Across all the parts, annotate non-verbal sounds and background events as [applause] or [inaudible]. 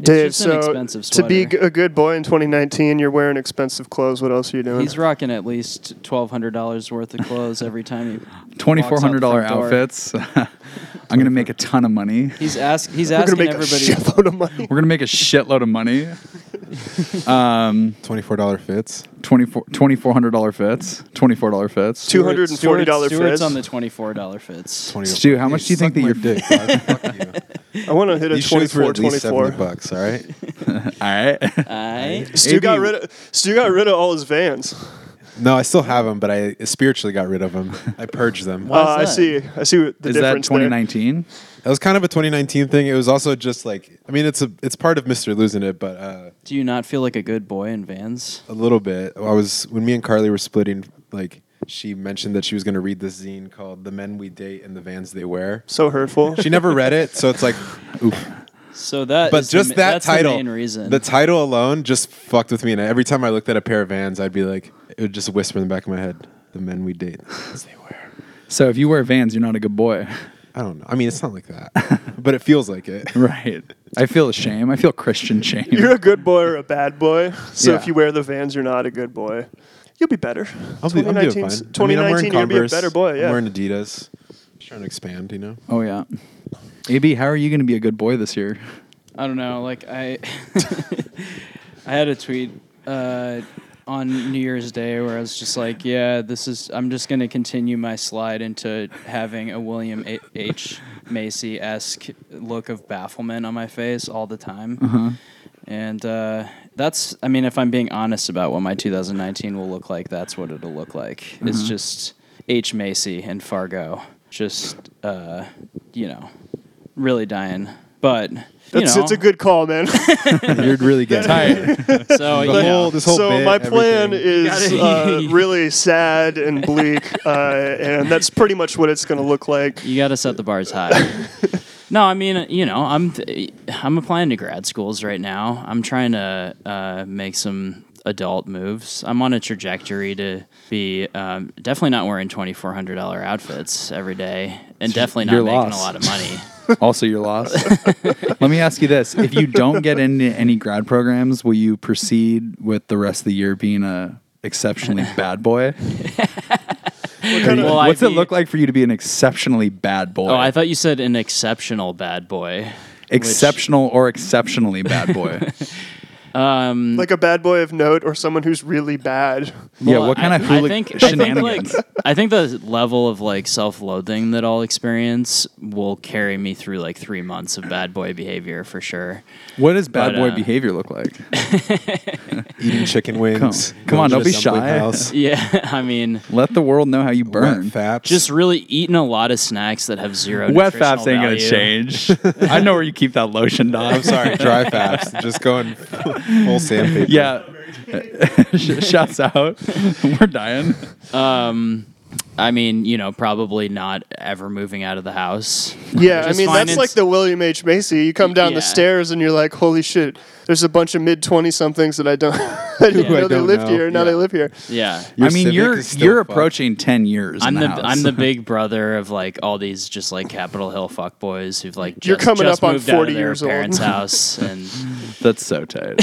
Dave, just an so expensive to be sweater. g- a good boy in 2019, you're wearing expensive clothes. What else are you doing? He's rocking at least twelve hundred dollars worth of clothes every time he. Twenty walks out four the hundred dollar front door. outfits. [laughs] I'm gonna make a ton of money. He's ask. He's We're gonna asking make a everybody. shitload of money. We're gonna make a shitload of money. Um, Twenty-four dollar fits. 24 $2,400 fits. $24 [laughs] fits. Two hundred and forty dollars Stewart's fits. on the twenty-four dollar fits. Twenty. Stu, how much do you think that suck your- my dick? dog. [laughs] Fuck I want to hit you. a These shoes 24, were at least seventy 24. bucks. All right. All right. I [laughs] Stu got AB rid of Stu got rid of all his vans. No, I still have them, but I spiritually got rid of them. I purged them. Why Uh, is I that? see. I see what the Is that difference there. 2019? That was kind of a 2019 thing. It was also just like, I mean, it's a it's part of Mister losing it, but uh, do you not feel like a good boy in Vans? a little bit. I was when me and Carly were splitting. Like she mentioned that she was going to read this zine called "The Men We Date and the Vans They Wear." So hurtful. She never read it, so it's like, oop. So that. But is the just ma- that that's title, The main reason. the title alone just fucked with me. And every time I looked at a pair of Vans, I'd be like, it would just whisper in the back of my head, "The men we date." the Vans They wear. So if you wear Vans, you're not a good boy. I don't know. I mean, it's not like that, but it feels [laughs] like it. right. I feel shame. I feel Christian shame. [laughs] You're a good boy or a bad boy. So Yeah. if you wear the vans, you're not a good boy. You'll be better. I'll be, I'm doing fine. 2019's I mean, I'm 2019, wearing you're gonna be a Converse. better boy. Yeah. I'm wearing Adidas. Just trying to expand, you know. oh, yeah. AB, how are you going to be a good boy this year? I don't know. Like [laughs] I, I had a tweet uh, on New Year's Day where I was just like, "Yeah, this is. I'm just going to continue my slide into having a William A- H. Macy esque look of bafflement on my face all the time." Uh-huh. And uh, that's, I mean, if I'm being honest about what my 2019 will look like, that's what it'll look like. It's Mm-hmm. just H. Macy and Fargo, just, uh, you know, really dying. But, you That's know, it's a good call, man. [laughs] You're really [laughs] getting tired. [laughs] so, The you know, whole- this whole so bit, my plan everything. is uh, really sad and bleak, uh, and that's pretty much what it's going to look like. You got to set the bars [laughs] high. no, I mean, you know, I'm I'm applying to grad schools right now. I'm trying to uh, make some adult moves. I'm on a trajectory to be um, definitely not wearing twenty four hundred dollar outfits every day, and definitely not your making loss. a lot of [laughs] money. Also, you're lost. Let me ask you this. If you don't get into any grad programs, will you proceed with the rest of the year being a exceptionally bad boy? Kind of- Well, I What's it be- look like for you to be an exceptionally bad boy? Oh, I thought you said an exceptional bad boy. Exceptional or exceptionally [laughs] bad boy. Mm. like a bad boy of note or someone who's really bad. yeah, Well, what kind I- of hooli- I think, shenanigans? I think, like, I think the level of like self-loathing that I'll experience will carry me through like three months of bad boy behavior for sure. [laughs] what does bad but, boy uh, behavier look like? Eating chicken wings. Come on, going don't to be Assembly shy. House, Yeah, I mean, Let the world know how you burn. Wet faps. just really eating a lot of snacks that have zero. [laughs] Wet nutritional faps ain't gonna value. change. [laughs] I know where you keep that lotion, dog. [laughs] I'm sorry, dry faps. Just going full sandpaper. Yeah. [laughs] Sh- Shouts out. [laughs] We're dying. Um, I mean, you know, probably not ever moving out of the house. [laughs] Yeah, I Just mean that's finance- like the William H Macy. You come down Yeah. the stairs and you're like, "Holy shit!" There's a bunch of mid twenty somethings that I don't, [laughs] I didn't Who I know they don't lived know. here. and Now they Yeah. live here. [laughs] Yeah. Your I mean, civic you're is still you're fucked. approaching ten years. I'm in the, house. I'm [laughs] the big brother of like all these just like Capitol Hill fuckboys who've like just, You're coming just up on moved out of 40 their years old. [laughs] parents' house and That's [laughs] so tight.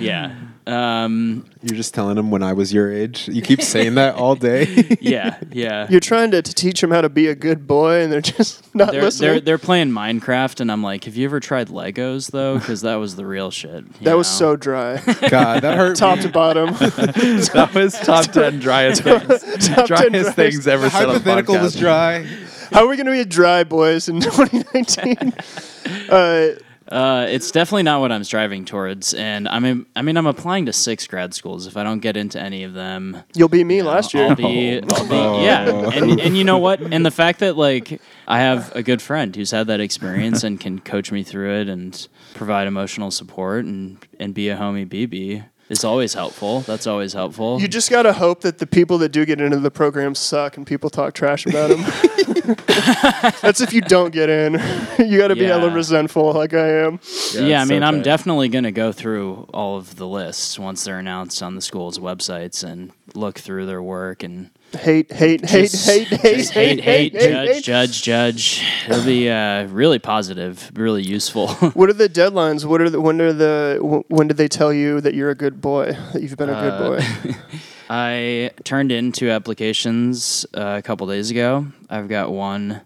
yeah. Um, You're just telling them when I was your age. You keep saying that [laughs] all day. yeah, yeah. You're trying to, to teach them how to be a good boy, and they're [laughs] just not they're, listening. they're they're playing Minecraft, and I'm like, have you ever tried Legos though? Because that was the real shit. you that was know? so dry, God, that hurt. top to bottom. [laughs] that was top ten driest things, Top 10 driest- driest things ever The said on the hypothetical podcast. was dry. how are we going to be dry boys in [laughs] [laughs] 2019? uh, Uh, it's definitely not what I'm striving towards, and I mean, I mean, I'm applying to six grad schools. If I don't get into any of them, you'll be me last year. I'll be, I'll be yeah. And, and you know what? And the fact that like I have a good friend who's had that experience and can coach me through it and provide emotional support and and be a homie BB is always helpful. That's always [laughs] helpful. you just gotta hope that the people that do get into the program suck and people talk trash about [laughs] them. That's if you don't get in. [laughs] You gotta be Yeah. hella resentful, like I am. Yeah, I it's mean, so I'm tight. definitely going to go through all of the lists once they're announced on the school's websites and look through their work and Hate, hate, hate, Just- hate, hate, just hate, hate, judge, hate. judge, judge. It'll be uh, really positive, really useful. [laughs] What are the deadlines? What are the, when are the wh- when did they tell you that you're a good boy? That you've been a Uh, good boy? I turned in two applications uh, a couple days ago. I've got one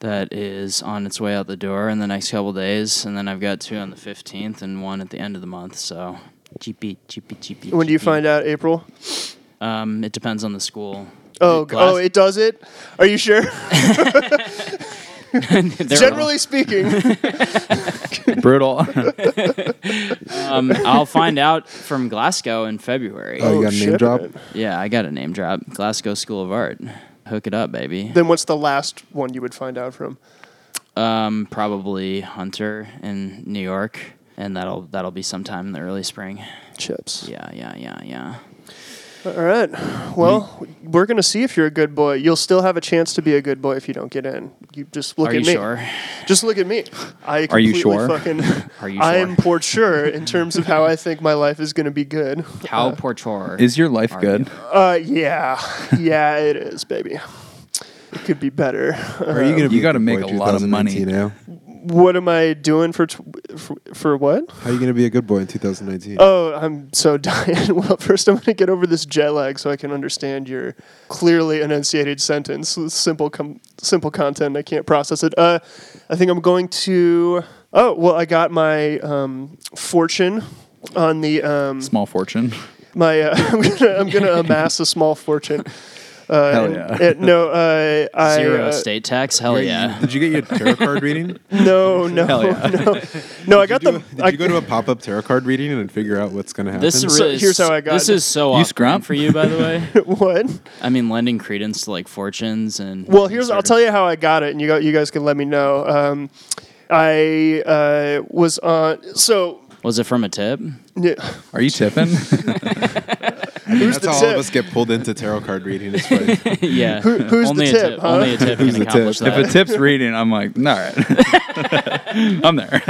that is on its way out the door in the next couple days, and then I've got two on the 15th and one at the end of the month. So, cheapy, cheapy, cheapy. When do [laughs] you find out? April. Um, it depends on the school. Oh, The g- oh, class- it does it. Are you sure? [laughs] [laughs] They're- Generally speaking, [laughs] Brutal. [laughs] um, I'll find out from Glasgow in February. Oh, you got a name shit. drop? Yeah, I got a name drop. Glasgow School of Art. Hook it up, baby. Then what's the last one you would find out from? Um, probably Hunter in New York, and that'll that'll be sometime in the early spring. Chips. Yeah, yeah, yeah, yeah. All right. Well, we're gonna see if you're a good boy. You'll still have a chance to be a good boy if you don't get in. You just look Are at you me. sure? Just look at me. I Are you completely sure? Fucking, Are you I sure? am for sure in terms of how I think my life is gonna be good. How portrayed Is your life Are good? Uh, yeah, yeah, it is, baby. It could be better. Are you gonna? You be gotta good make boy a lot of money. 2019 Now, What am I doing for tw- for, for what? how are you gonna be a good boy in 2019? Oh, I'm so [laughs] dying. Well, first I'm going to get over this jet lag so I can understand your clearly enunciated sentence. with Simple, com- simple content. I can't process it. Uh, I think I'm going to. Oh, well, I got my um, fortune on the um, Small fortune. my. Uh, [laughs] I'm gonna I'm gonna amass a small fortune. Uh, Hell and- yeah. and no, uh, I zero uh, state tax? Hell Oh, [laughs] yeah. Did you get your tarot [laughs] card reading? No, no, Hell yeah. no, no. I got Did you the. do- Did I, you go to a pop up tarot card reading and figure out what's gonna happen? This is So really, here's how I got This it. is so You off scrump? for you, by [laughs] the way. what? I mean, lending credence to like fortunes and. Well, here's I'll tell you how I got it, and you go, you guys can let me know. Um, I uh, was on so. Was it from a tip? Yeah, Are you tipping? who's That's the how all tip? of us get pulled into tarot card [laughs] reading. It's funny. yeah. who's the only tip, A tip huh? Only a tip Who's can the tip? accomplish If that. if a tip's reading, I'm like, all right. [laughs] I'm [laughs] there.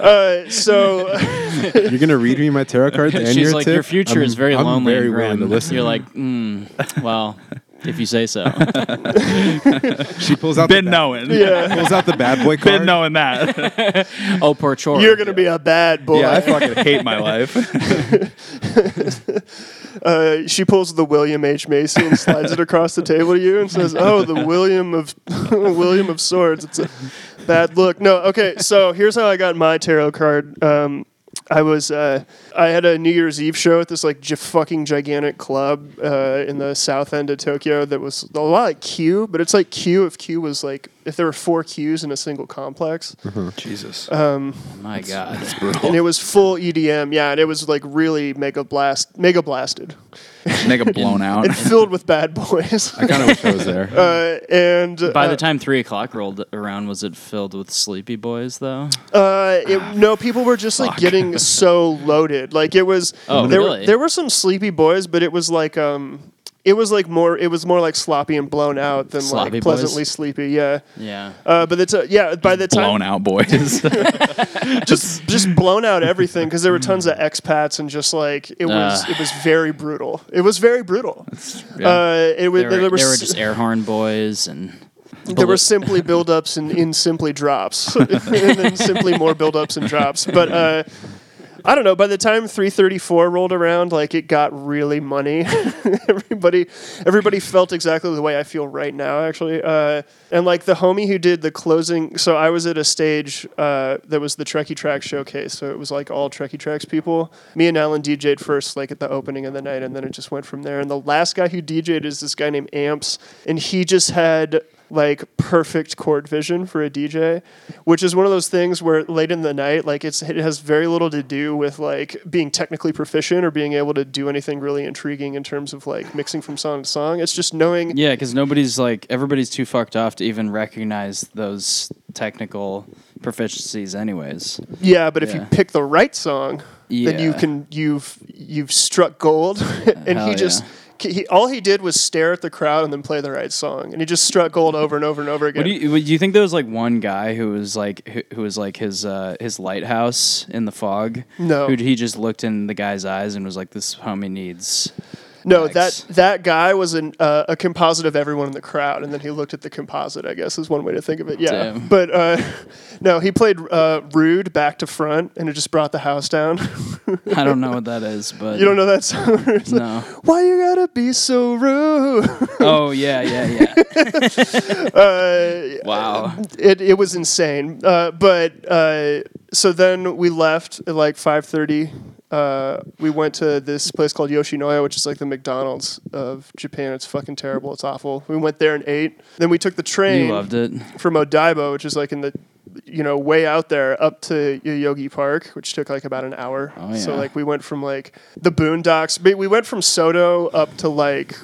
Uh, so [laughs] You're gonna read me my tarot cards and She's your like, tip? your future I'm- is very I'm lonely. very and willing grim. to listen. You're like, mm, well, if you [laughs] say so. she pulls out Been the bad, knowing. yeah, [laughs] pulls out the [laughs] bad boy card. Been knowing [laughs] that. oh, [laughs] poor chore. you're gonna be a bad boy. yeah, I [laughs] fucking hate my life. uh, she pulls the William H Macy and slides it across the table to you and says, "Oh, the William of [laughs] William of Swords. It's a bad look." No, okay. So here's how I got my tarot card. Um, I was uh, I had a New Year's Eve show at this like gi- fucking gigantic club uh, in the south end of Tokyo that was a lot like Q, but it's like Q if Q was like if there were four Qs in a single complex Jesus. My God. uh, and it was full EDM. Yeah, and it was like really mega blast, mega blasted, Make a blown out. and filled with bad boys. [laughs] I kind of wish I was there. Uh, and By uh, the time three o'clock rolled around, was it filled with sleepy boys though? uh, it, no, people were just like getting so loaded. Like it was. Oh, there, really? There were some sleepy boys, but it was like um, it was like more. It was more like sloppy and blown out than Sloppy like boys? pleasantly sleepy. Yeah. Yeah. Uh, but it's uh, yeah. By the time blown out [laughs] boys. [laughs] just just blown out everything because there were tons [laughs] of Mm. expats and just like it was Ah. it was very brutal. It was very brutal. Yeah. Uh, it was There there, were, were, there were s- just air horn boys and there were simply buildups and in simply drops, [laughs] and then simply more buildups and drops. But uh, I don't know. By the time three thirty four rolled around, like it got really money. [laughs] everybody, everybody felt exactly the way I feel right now, actually. Uh, and like the homie who did the closing, so I was at a stage uh, that was the Trekkie Track showcase. So it was like all Trekkie Tracks people. Me and Alan DJ'd first, like at the opening of the night, and then it just went from there. And the last guy who DJ'd is this guy named Amps, and he just had like perfect chord vision for a DJ, which is one of those things where late in the night, like it's it has very little to do with like being technically proficient or being able to do anything really intriguing in terms of like mixing from song to song. It's just knowing yeah, because nobody's like everybody's too fucked off to even recognize those technical proficiencies, anyways. yeah, but if you Yeah. pick the right song, then you Yeah. can you've you've struck gold. [laughs] and Hell he yeah. just he, all he did was stare at the crowd and then play the right song, and he just struck gold over and over and over again. What do you what- do? You think there was like one guy who was like who, who was like his uh, his lighthouse in the fog? No. who he just looked in the guy's eyes and was like, "This homie needs No, Nice. that that guy was an, uh, a composite of everyone in the crowd, and then he looked at the composite. I guess is one way to think of it. Yeah, Damn. but uh, [laughs] no, he played uh, rude back to front, and it just brought the house down. [laughs] I don't know what that is, but you don't know that song? [laughs] It's like, No. Why you gotta be so rude? Oh yeah, yeah, yeah. [laughs] uh, Wow. [laughs] it it was insane. Uh, but uh, so then we left at like five thirty. Uh, we went to this place called Yoshinoya, which is like the McDonald's of Japan. It's fucking terrible. It's awful. We went there and ate. Then we took the train You loved it. from Odaiba, which is like in the you know way out there, up to Yoyogi Park, which took like about an hour. Oh, So yeah. like we went from like the boondocks, but we went from Soto up to like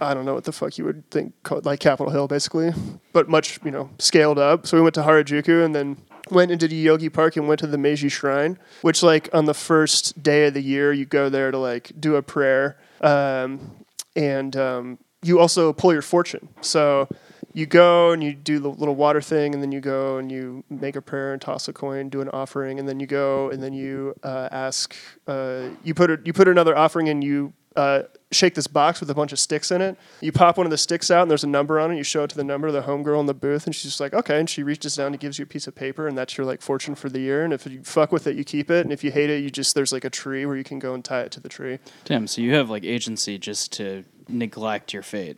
I don't know what the fuck you would think called like Capitol Hill, basically, but much you know scaled up. So we went to Harajuku and then. Went into the Yogi Park and went to the Meiji Shrine, which, like, on the first day of the year, you go there to like do a prayer, um, and um, you also pull your fortune. So you go and you do the little water thing, and then you go and you make a prayer and toss a coin, do an offering, and then you go and then you uh, ask, uh, you put a, you put another offering and you. Uh, shake this box with a bunch of sticks in it. You pop one of the sticks out, and there's a number on it. You show it to the number, the homegirl in the booth, and she's just like, "Okay." And she reaches down and gives you a piece of paper, and that's your like fortune for the year. And if you fuck with it, you keep it, and if you hate it, you just there's like a tree where you can go and tie it to the tree. Damn. So you have like agency just to neglect [laughs] your fate.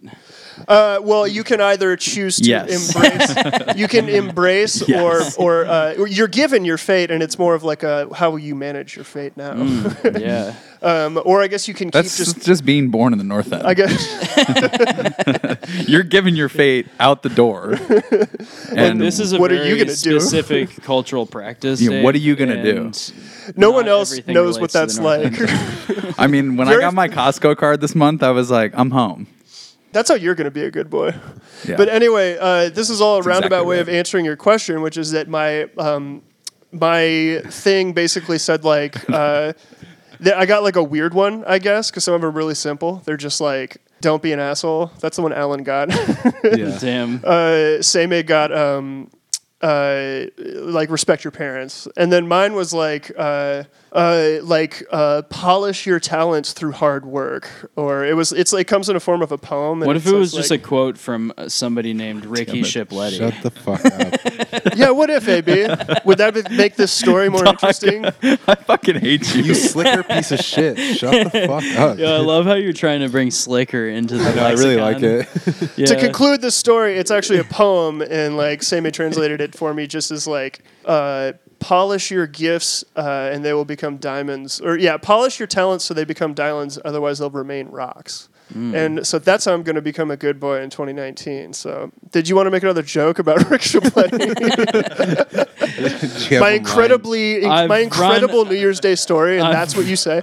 Uh, well, you can either choose to Yes. [laughs] embrace. you can embrace, Yes. or or uh, or you're given your fate, and it's more of like a how will you manage your fate now? Mm. yeah. um, or I guess you can keep That's just. [laughs] just, being born in the North End. I guess You're giving your fate out [laughs] the door. And this is a what are very you gonna do? specific cultural practice. Yeah, what are you gonna do? do? no one else knows what that's like. I mean, when I Very- got my Costco card this month, I was like, I'm home. [laughs] that's how you're going to be a good boy. Yeah. But anyway, uh, this is all a roundabout exactly way right. of answering your question, which is that my um, my thing basically said like [laughs] uh, that I got like a weird one, I guess, because some of them are really simple. They're just like, "Don't be an asshole." That's the one Alan got. [laughs] Yeah. Damn. uh, Seimei got um, uh, like respect your parents, and then mine was like uh, uh, like uh, polish your talents through hard work, or it was it's it comes in a form of a poem. and what if says, it was just a like, quote from uh, somebody named Ricky Shipletti? Shut [laughs] the fuck [laughs] up. yeah? What if AB? Would that be- make this [laughs] story more interesting? I fucking hate you. You slicker piece of shit. [laughs] Shut the fuck up. Yo, I love how you're trying to bring Slicker into the. I know, I really [laughs] like it. [laughs] Yeah. [laughs] To conclude this story, it's actually a poem, and like Seimei translated it for me, just as like. Uh, Polish your gifts uh, and they will become diamonds. Or, yeah, polish your talents so they become diamonds, otherwise, they'll remain rocks. Hmm. And so that's how I'm going to become a good boy in 2019. So, did you want to make another joke about [laughs] Rick Chaplin? You have my a incredibly, I've my run- incredible New Year's Day story, and that's what you [laughs] say.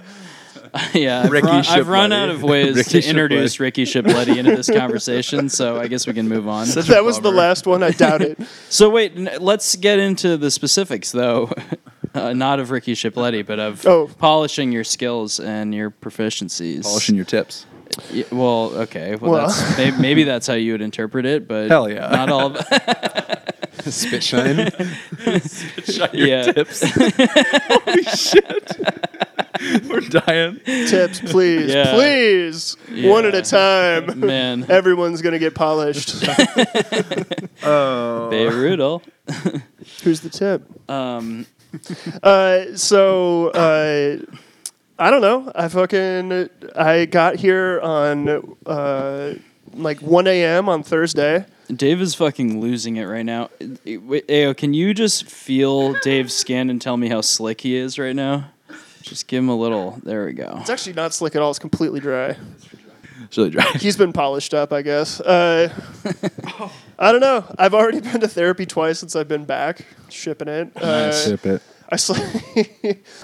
yeah, I've Ricky run, I've run Shipletti. out of ways [laughs] Ricky to introduce Ricky Shipletti into this conversation, so I guess we can move on. Such a That was the bummer. last one. I doubt [laughs] it. So wait, n- let's get into the specifics, though, [laughs] uh, not of Ricky Shipletti, but of Oh. polishing your skills and your proficiencies. Polishing your tips. Y- well, okay, well, Well. That's, maybe, maybe that's how you would interpret it, but Hell yeah. not all. [laughs] Of, mind. Spit [laughs] shine. [laughs] yeah, [laughs] We're dying. Tips, please, Yeah. please, one at a time. man, [laughs] Everyone's gonna get polished. [laughs] Oh. Beirut. Who's the tip? Um, Uh, so uh, I don't know. I fucking I got here on uh, like 1 a.m. on Thursday. Dave is fucking losing it right now. Eh, wait, Ayo, can you just feel Dave's skin and tell me how slick he is right now? Just give him a little. There we go. It's actually not slick at all. It's completely dry. It's really dry. He's been polished up, I guess. Uh, I don't know. I've already been to therapy twice since I've been back. Shipping it. Uh, Ship it. I, sl- [laughs]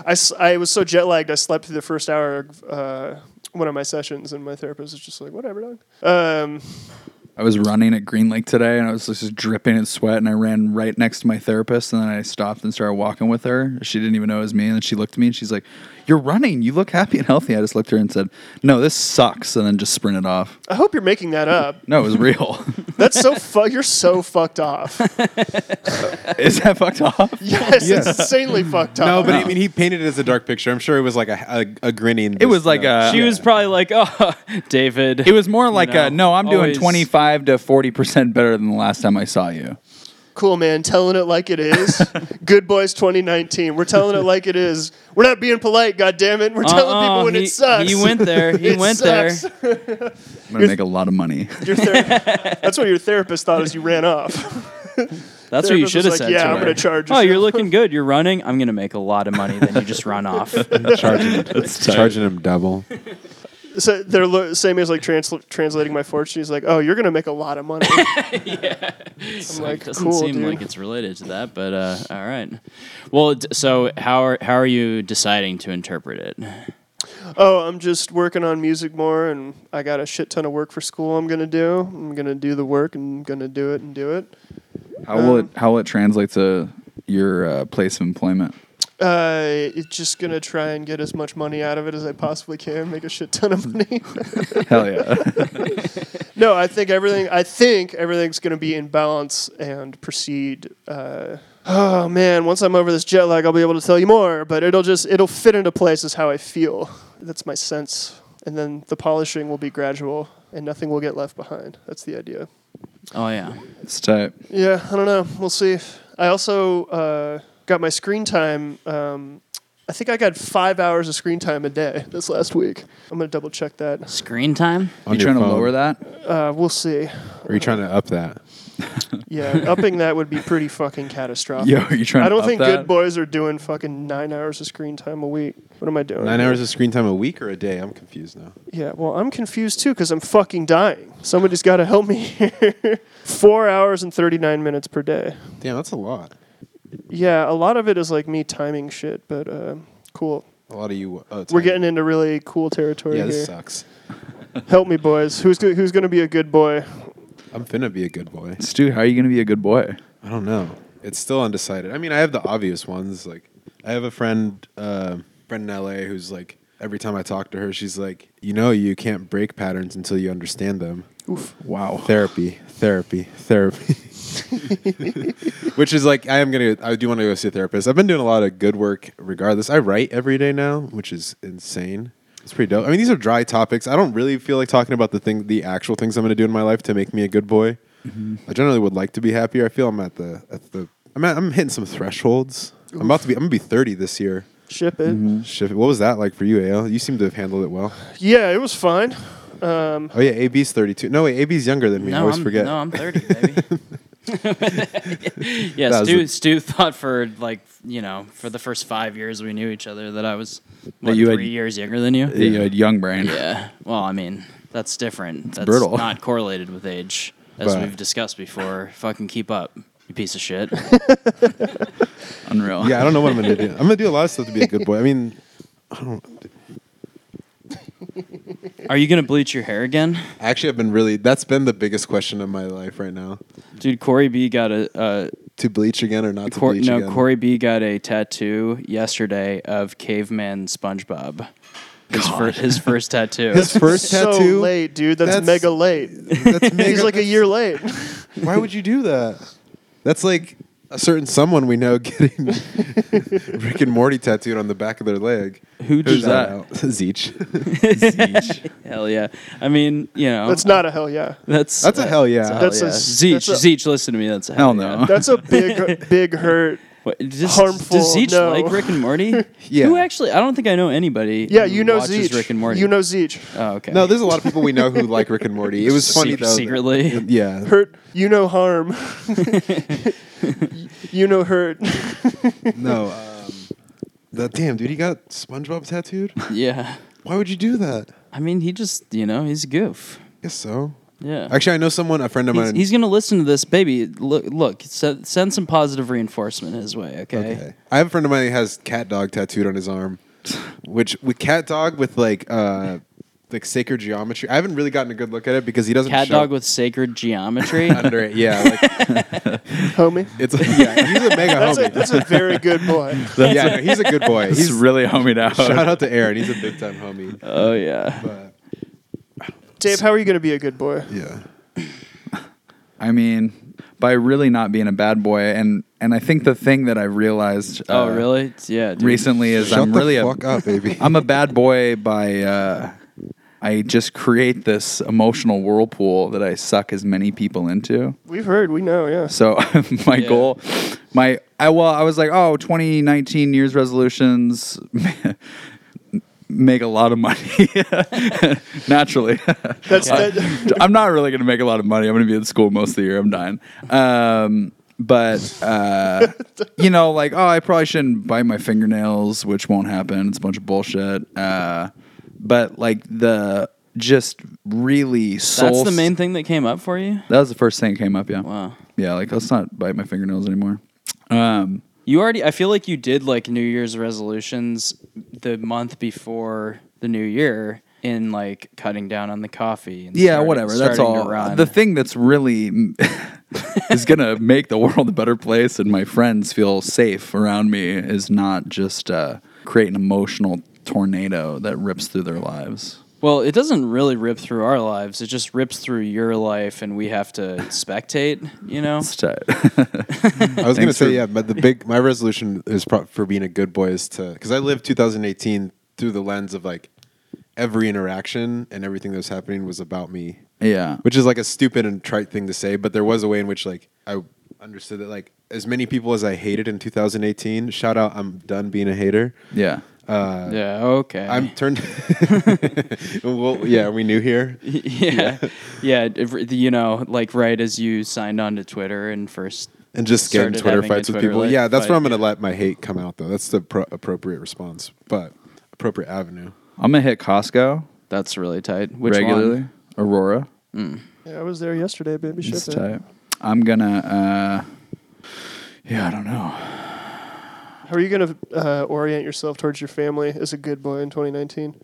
I, s- I was so jet lagged, I slept through the first hour of uh, one of my sessions, and my therapist was just like, whatever, dog. Um, I was running at Green Lake today and I was just dripping in sweat and I ran right next to my therapist and then I stopped and started walking with her. She didn't even know it was me and then she looked at me and she's like, "You're running. You look happy and healthy." I just looked at her and said, "No, this sucks." And then just sprinted off. I hope you're making that up. No, it [laughs] was real. That's so fu- You're so fucked off. Is that fucked off? Yes, Yeah. it's insanely fucked up. No, but [laughs] I No. mean, he painted it as a dark picture. I'm sure it was like a, a, a grinning. It was like a- She Yeah. was probably like, "Oh, [laughs] David." It was more like know, a, "No, I'm doing always- 25 to 40% better than the last time I saw you." cool, man. Telling it like it [laughs] is. Good boys 2019. We're telling it like it is. We're not being polite. God damn it. We're telling people when Uh-uh, he, it sucks. He went there. [laughs] He It went sucks. there. I'm going to make a lot of money. Your [laughs] ther- that's what your therapist thought as you ran off. That's what you Therapist was should have like, said. "Yeah, to I'm her. gonna charge Oh, [laughs] you're yourself." looking good. You're running. I'm gonna make a lot of money. Then you [laughs] just run off. [laughs] charging, charging him double. So they're lo- same as like trans- translating my fortune. He's like, "Oh, you're gonna make a lot of [laughs] money." It's I'm like, like, doesn't "Cool, seem dude." like it's related to that, but uh, all right. Well, d- so how are how are you deciding to interpret it? oh, I'm just working on music more, and I got a shit ton of work for school. I'm gonna do. I'm gonna do the work, and I'm gonna do it and do it. How will it how will it translate to your uh, place of employment? Uh, it's just gonna try and get as much money out of it as I possibly can, make a shit ton of money. [laughs] Hell yeah. no, I think everything. I think everything's gonna be in balance and proceed. Uh, oh man, once I'm over this jet lag, I'll be able to tell you more. But it'll just it'll fit into place is how I feel. That's my sense. And then the polishing will be gradual, and nothing will get left behind. That's the idea. Oh yeah, it's tight. Yeah, I don't know. We'll see. I also uh, got my screen time. Um, I think I got five hours of screen time a day [laughs] this last week. I'm gonna double check that. screen time. On you your trying to phone. lower that? Uh, we'll see. Or are you trying to up that? Yeah, upping that would be pretty fucking catastrophic. Yo, are you trying I to don't up think that? good boys are doing fucking nine hours of screen time a week. What am I Oh, doing? Nine hours of screen time a week or a day? I'm confused now. Yeah, well, I'm confused too because I'm fucking dying. Somebody's got to help me [laughs] here. Four hours and 39 minutes per day. Damn, that's a lot. Yeah, a lot of it is like me timing shit, but uh, cool. A lot of you. Oh, We're getting into really cool territory Yeah, this here. sucks. Help me, boys. Who's go- who's gonna be a good boy? I'm finna be a good boy. Stu, how are you going to be a good boy? I don't know. It's still undecided. I mean, I have the obvious ones. Like, I have a friend, uh, friend in LA, who's like, every time I talk to her, she's like, you know, you can't break patterns until you understand them. Wow. Therapy, therapy, therapy. [laughs] Which is like, I am gonna. I do want to go see a therapist. I've been doing a lot of good work, regardless. I write every day now, which is insane. It's pretty dope. I mean, these are dry topics. I don't really feel like talking about the thing, the actual things I'm gonna do in my life to make me a good boy. Mm-hmm. I generally would like to be happier. I feel I'm at the at the. I'm at, I'm hitting some thresholds. I'm about to be. I'm gonna be 30 this year. Ship it. Shit, what was that like for you, Al? You seem to have handled it well. Yeah, it was fine. Um, Oh yeah, AB's 32. No wait, AB's younger than me. I No, always I'm, forget. No, I'm 30, [laughs] baby. [laughs] yeah, That was Stu, a- Stu thought for like you know for the first five years we knew each other that I was what, you had- three years younger than you. You had young brain. Yeah. Well, I mean, that's different. that's brutal. not correlated with age, as But- we've discussed before. Fucking keep up, you piece of shit. [laughs] Unreal. [laughs] Yeah, I don't know what I'm gonna do. I'm gonna do a lot of stuff to be a good boy. I mean, Are you gonna bleach your hair again, actually, I've been really. That's been the biggest question in my life right now: dude? Corey B got a uh, to bleach again or not to Cor- bleach no. again. [laughs] Corey B got a tattoo yesterday of caveman SpongeBob. His, fir- his first tattoo. [laughs] His first so tattoo. late, dude. That's, That's- mega late. That's [laughs] He's mega- like [laughs] a year late. Why would you do that? That's like a certain someone we [laughs] know [laughs] getting Rick and Morty tattooed on the back of their leg. Who did Who's [laughs] that? [laughs] Zeech. Zeech. Hell yeah. I mean, you know, That's not a hell yeah. that's That's a hell yeah. That's a- Zeech, that's a- Zeech, listen to me. That's a hell, Hell no. yeah. That's a big big hurt. What, does, Harmful, Does Zeech no. like Rick and Morty? Yeah. Who actually? I don't think I know anybody. Yeah, who you know watches Zeech. Rick and Morty. You know Zeech. Oh, okay. No, there's a lot of people we know who like Rick and Morty. It was funny Sec- though. that- secretly. [laughs] [laughs] yeah. Hurt. You know harm. you know hurt. No. Um, the, damn, dude, he got SpongeBob tattooed. yeah. Why would you do that? I mean, he just, you know, he's a goof. Guess so. Yeah. Actually, I know someone, a friend of he's, mine. he's gonna listen to this, baby. Look, look. se- send some positive reinforcement his way. Okay. okay. I have a friend of mine who has cat dog tattooed on his arm, which with cat dog with like uh, like sacred geometry. I haven't really gotten a good look at it because he doesn't. Cat show dog with sacred geometry. [laughs] under it. Yeah, like, homie. [laughs] it's yeah. He's a mega That's a, homie. that's a very good boy. yeah, no, he's a good boy. This He's is really homied out. shout out to Aaron. He's a big time homie. oh yeah. But Dave, how are you going to be a good boy? yeah, I mean, by really not being a bad boy, and and I think the thing that I realized Oh uh, really? It's- Yeah. Dude. recently is Shut I'm the really a fuck up, baby. I'm a bad boy by uh, I just create this emotional whirlpool that I suck as many people into. We've heard, we know, yeah. So [laughs] my Yeah. goal, my I well, I was like, oh, 2019 New year's resolutions [laughs] make a lot of money [laughs] naturally. Uh, That's that, [laughs] I'm not really going to make a lot of money. I'm going to be in school most of the year. I'm dying. Um, but uh, you know, like, oh, I probably shouldn't bite my fingernails, which won't happen. It's a bunch of bullshit. Uh, but like the just really soul. That's the main thing that came up for you. That was the first thing that came up. Yeah. Wow. Yeah. Like, let's not bite my fingernails anymore. Um, You already. I feel like you did like New Year's resolutions the month before the new year in like cutting down on the coffee. And yeah, starting- whatever. That's starting to all. run. The thing that's really [laughs] is gonna make the world a better place and my friends feel safe around me is not just uh, create an emotional tornado that rips through their lives. Well, it doesn't really rip through our lives. It just rips through your life, and we have to spectate. You know. It's [laughs] tight. [laughs] I was gonna Thanks say for- yeah, but the big my resolution is pro- for being a good boy is to because I lived 2018 through the lens of like every interaction and everything that was happening was about me, yeah. which is like a stupid and trite thing to say, but there was a way in which like I understood that like as many people as I hated in 2018, shout out, I'm done being a hater. Yeah. Uh, yeah. Okay. I'm [laughs] turned. well, yeah, we knew here. yeah. Yeah. if- You know, like right as you signed on to Twitter and first. and just get in started Twitter having a fights with Twitter people. li- Yeah, that's where fight, I'm going to let my hate come out, though. That's the pro- appropriate response, but appropriate avenue. I'm gonna hit Costco That's really tight. Which regularly. One? Aurora. yeah, I was there yesterday, baby. Shit, It's man. tight. I'm gonna. Uh, yeah, I don't know. How are you going to uh, orient yourself towards your family as a good boy in 2019?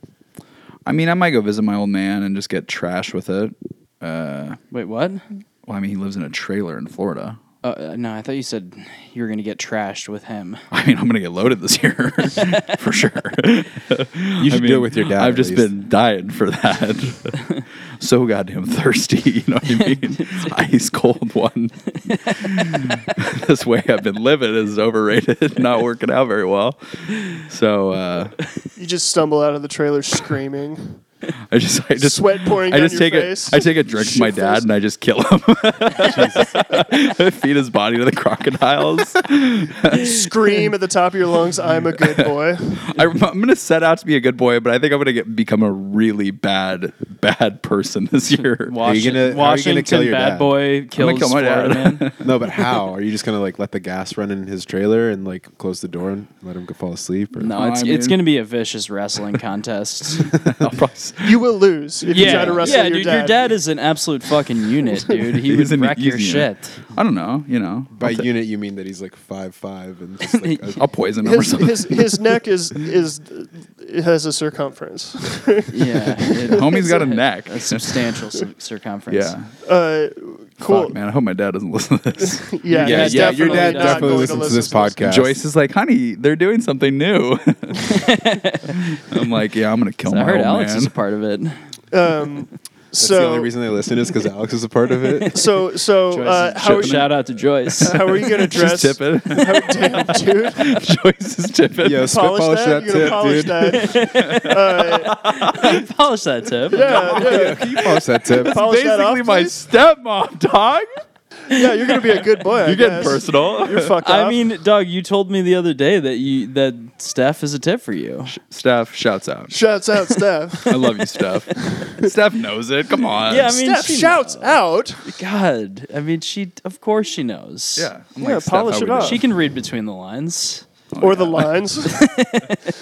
I mean, I might go visit my old man and just get trash with it. Uh, Wait, what? well, I mean, he lives in a trailer in Florida. [laughs] Uh, no, I thought you said you were gonna get trashed with him. I mean, I'm gonna get loaded this year [laughs] for sure. [laughs] You should do it with your dad. I've at just least. been dying for that. [laughs] so goddamn thirsty. [laughs] You know [laughs] what I mean? Ice cold one. [laughs] this way I've been living is overrated. [laughs] Not working out very well. So uh, You just stumble out of the trailer screaming. I just, I just Sweat pouring I down just your take face. a, I take a drink from my dad Shit-faced. and I just kill him. [laughs] I [laughs] feed his body to the crocodiles. Scream at the top of your lungs, I'm a good boy. I, am gonna set out to be a good boy, but I think I'm gonna get, become a really bad, bad person [laughs] this year. Are you gonna- how are you gonna Washington kill your bad dad? boy kills kill my Florida dad. [laughs] man. no, but how are you just going to like let the gas run in his trailer and like close the door and let him go fall asleep? Or? No, I it's it's mean- gonna be a vicious wrestling contest. [laughs] I'll probably s- You will lose if you try to wrestle yeah, your dude, dad. your dad is an absolute fucking unit, dude. He He's would an- wreck your he's an shit. unit. I don't know. You know, by I'll, ta- unit you mean that he's like five five and [laughs] just like a- I'll poison him or His, something. his, his neck is is it has a circumference. Yeah, it- Homie's got a it's neck. a substantial cir- circumference. yeah, Uh, cool. fuck, man. I hope my dad doesn't listen [laughs] to this. Yeah, yeah, he's yeah. Your definitely dad not definitely going to listens to this listen podcast. Joyce is like, honey, they're doing something new. [laughs] [laughs] I'm like, yeah, I'm gonna kill So Oh my I heard old Alex man. is a part of it. Um, That's so the only reason they listen is because Alex is a part of [laughs] it. so [laughs] so uh, Joyce's how are shout, you, shout out to [laughs] Joyce. how are you going to [laughs] She's dress? [laughs] tipping. How, damn, dude. [laughs] Joyce is tipping. Yo, spit Polish polish that? that, You're gonna tip, polish dude. that. [laughs] Uh, Polish that tip. Yeah, yeah. Can [laughs] you polish that tip? [laughs] Polish that off, Basically, my please? stepmom, dog. yeah, you're gonna be a good boy. I [laughs] You're getting guess. personal. [laughs] You're fucked [laughs] I up. mean, Doug, you told me the other day that you that Steph is a tip for you. Steph, shouts out. shouts out [laughs] Steph. I love [laughs] you, Steph. Steph knows it. Come on. Yeah, I mean, Steph she shouts out. God, I mean, she of course she knows. Yeah. I'm Yeah, polish how it we up. doing? she can read between [laughs] the lines. Oh, or the lines.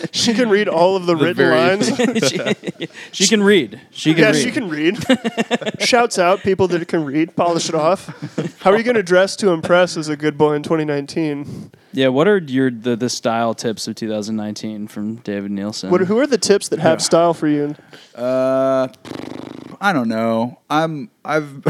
[laughs] she can read all of the, written very- lines. she, she can read. She can yeah, read. [laughs] she can read. Shouts out people that can read. Polish it off. How are you going to dress to impress as a good boy in 2019? Yeah, what are your the, the style tips of 2019 from David Nielsen? What, who are the tips that have style for you? Uh, I don't know. I'm I've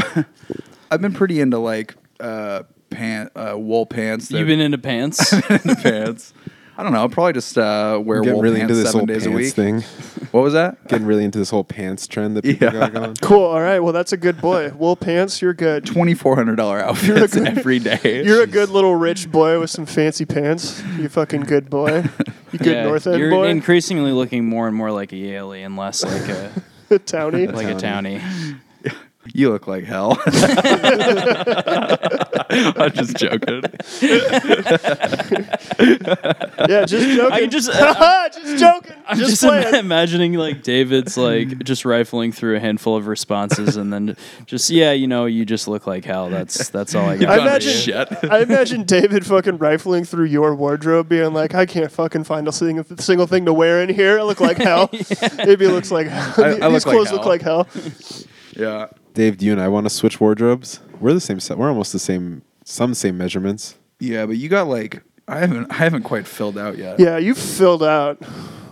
[laughs] I've been pretty into like uh pant uh wool pants. that- You've been [laughs] into pants. into [laughs] pants. I don't know. I'll probably just uh, wear wool I'm getting really pants into this whole seven days pants a week. thing. [laughs] What was that? Getting really into this whole pants trend that people Yeah. got going. Cool. All right. Well, that's a good boy. Wool pants, you're good. Twenty four hundred dollar outfits [laughs] every day. You're a good little rich boy with some fancy pants. You fucking good boy. You good Yeah, North End you're boy. increasingly looking more and more like a Yaley and less like a [laughs] [laughs] Townie. like a townie. you look like hell. I'm just joking. Yeah, just joking. I [laughs] just- uh, just joking. I'm just, just, playing. ima- imagining like David's like just rifling through a handful of responses and then just yeah, you know, you just look like hell. That's that's all I [laughs] got. I for you. imagine- I imagine David fucking rifling through your wardrobe, being like, "I can't fucking find a single, single thing to wear in here. I look [laughs] like hell. Maybe it looks like hell. [laughs] I- I These look like clothes look hell." like hell." Yeah. Dave, do you and I want to switch wardrobes? We're the same. si- We're almost the same. Some same measurements. Yeah, but you got like I haven't I haven't quite filled out yet. Yeah, you filled out.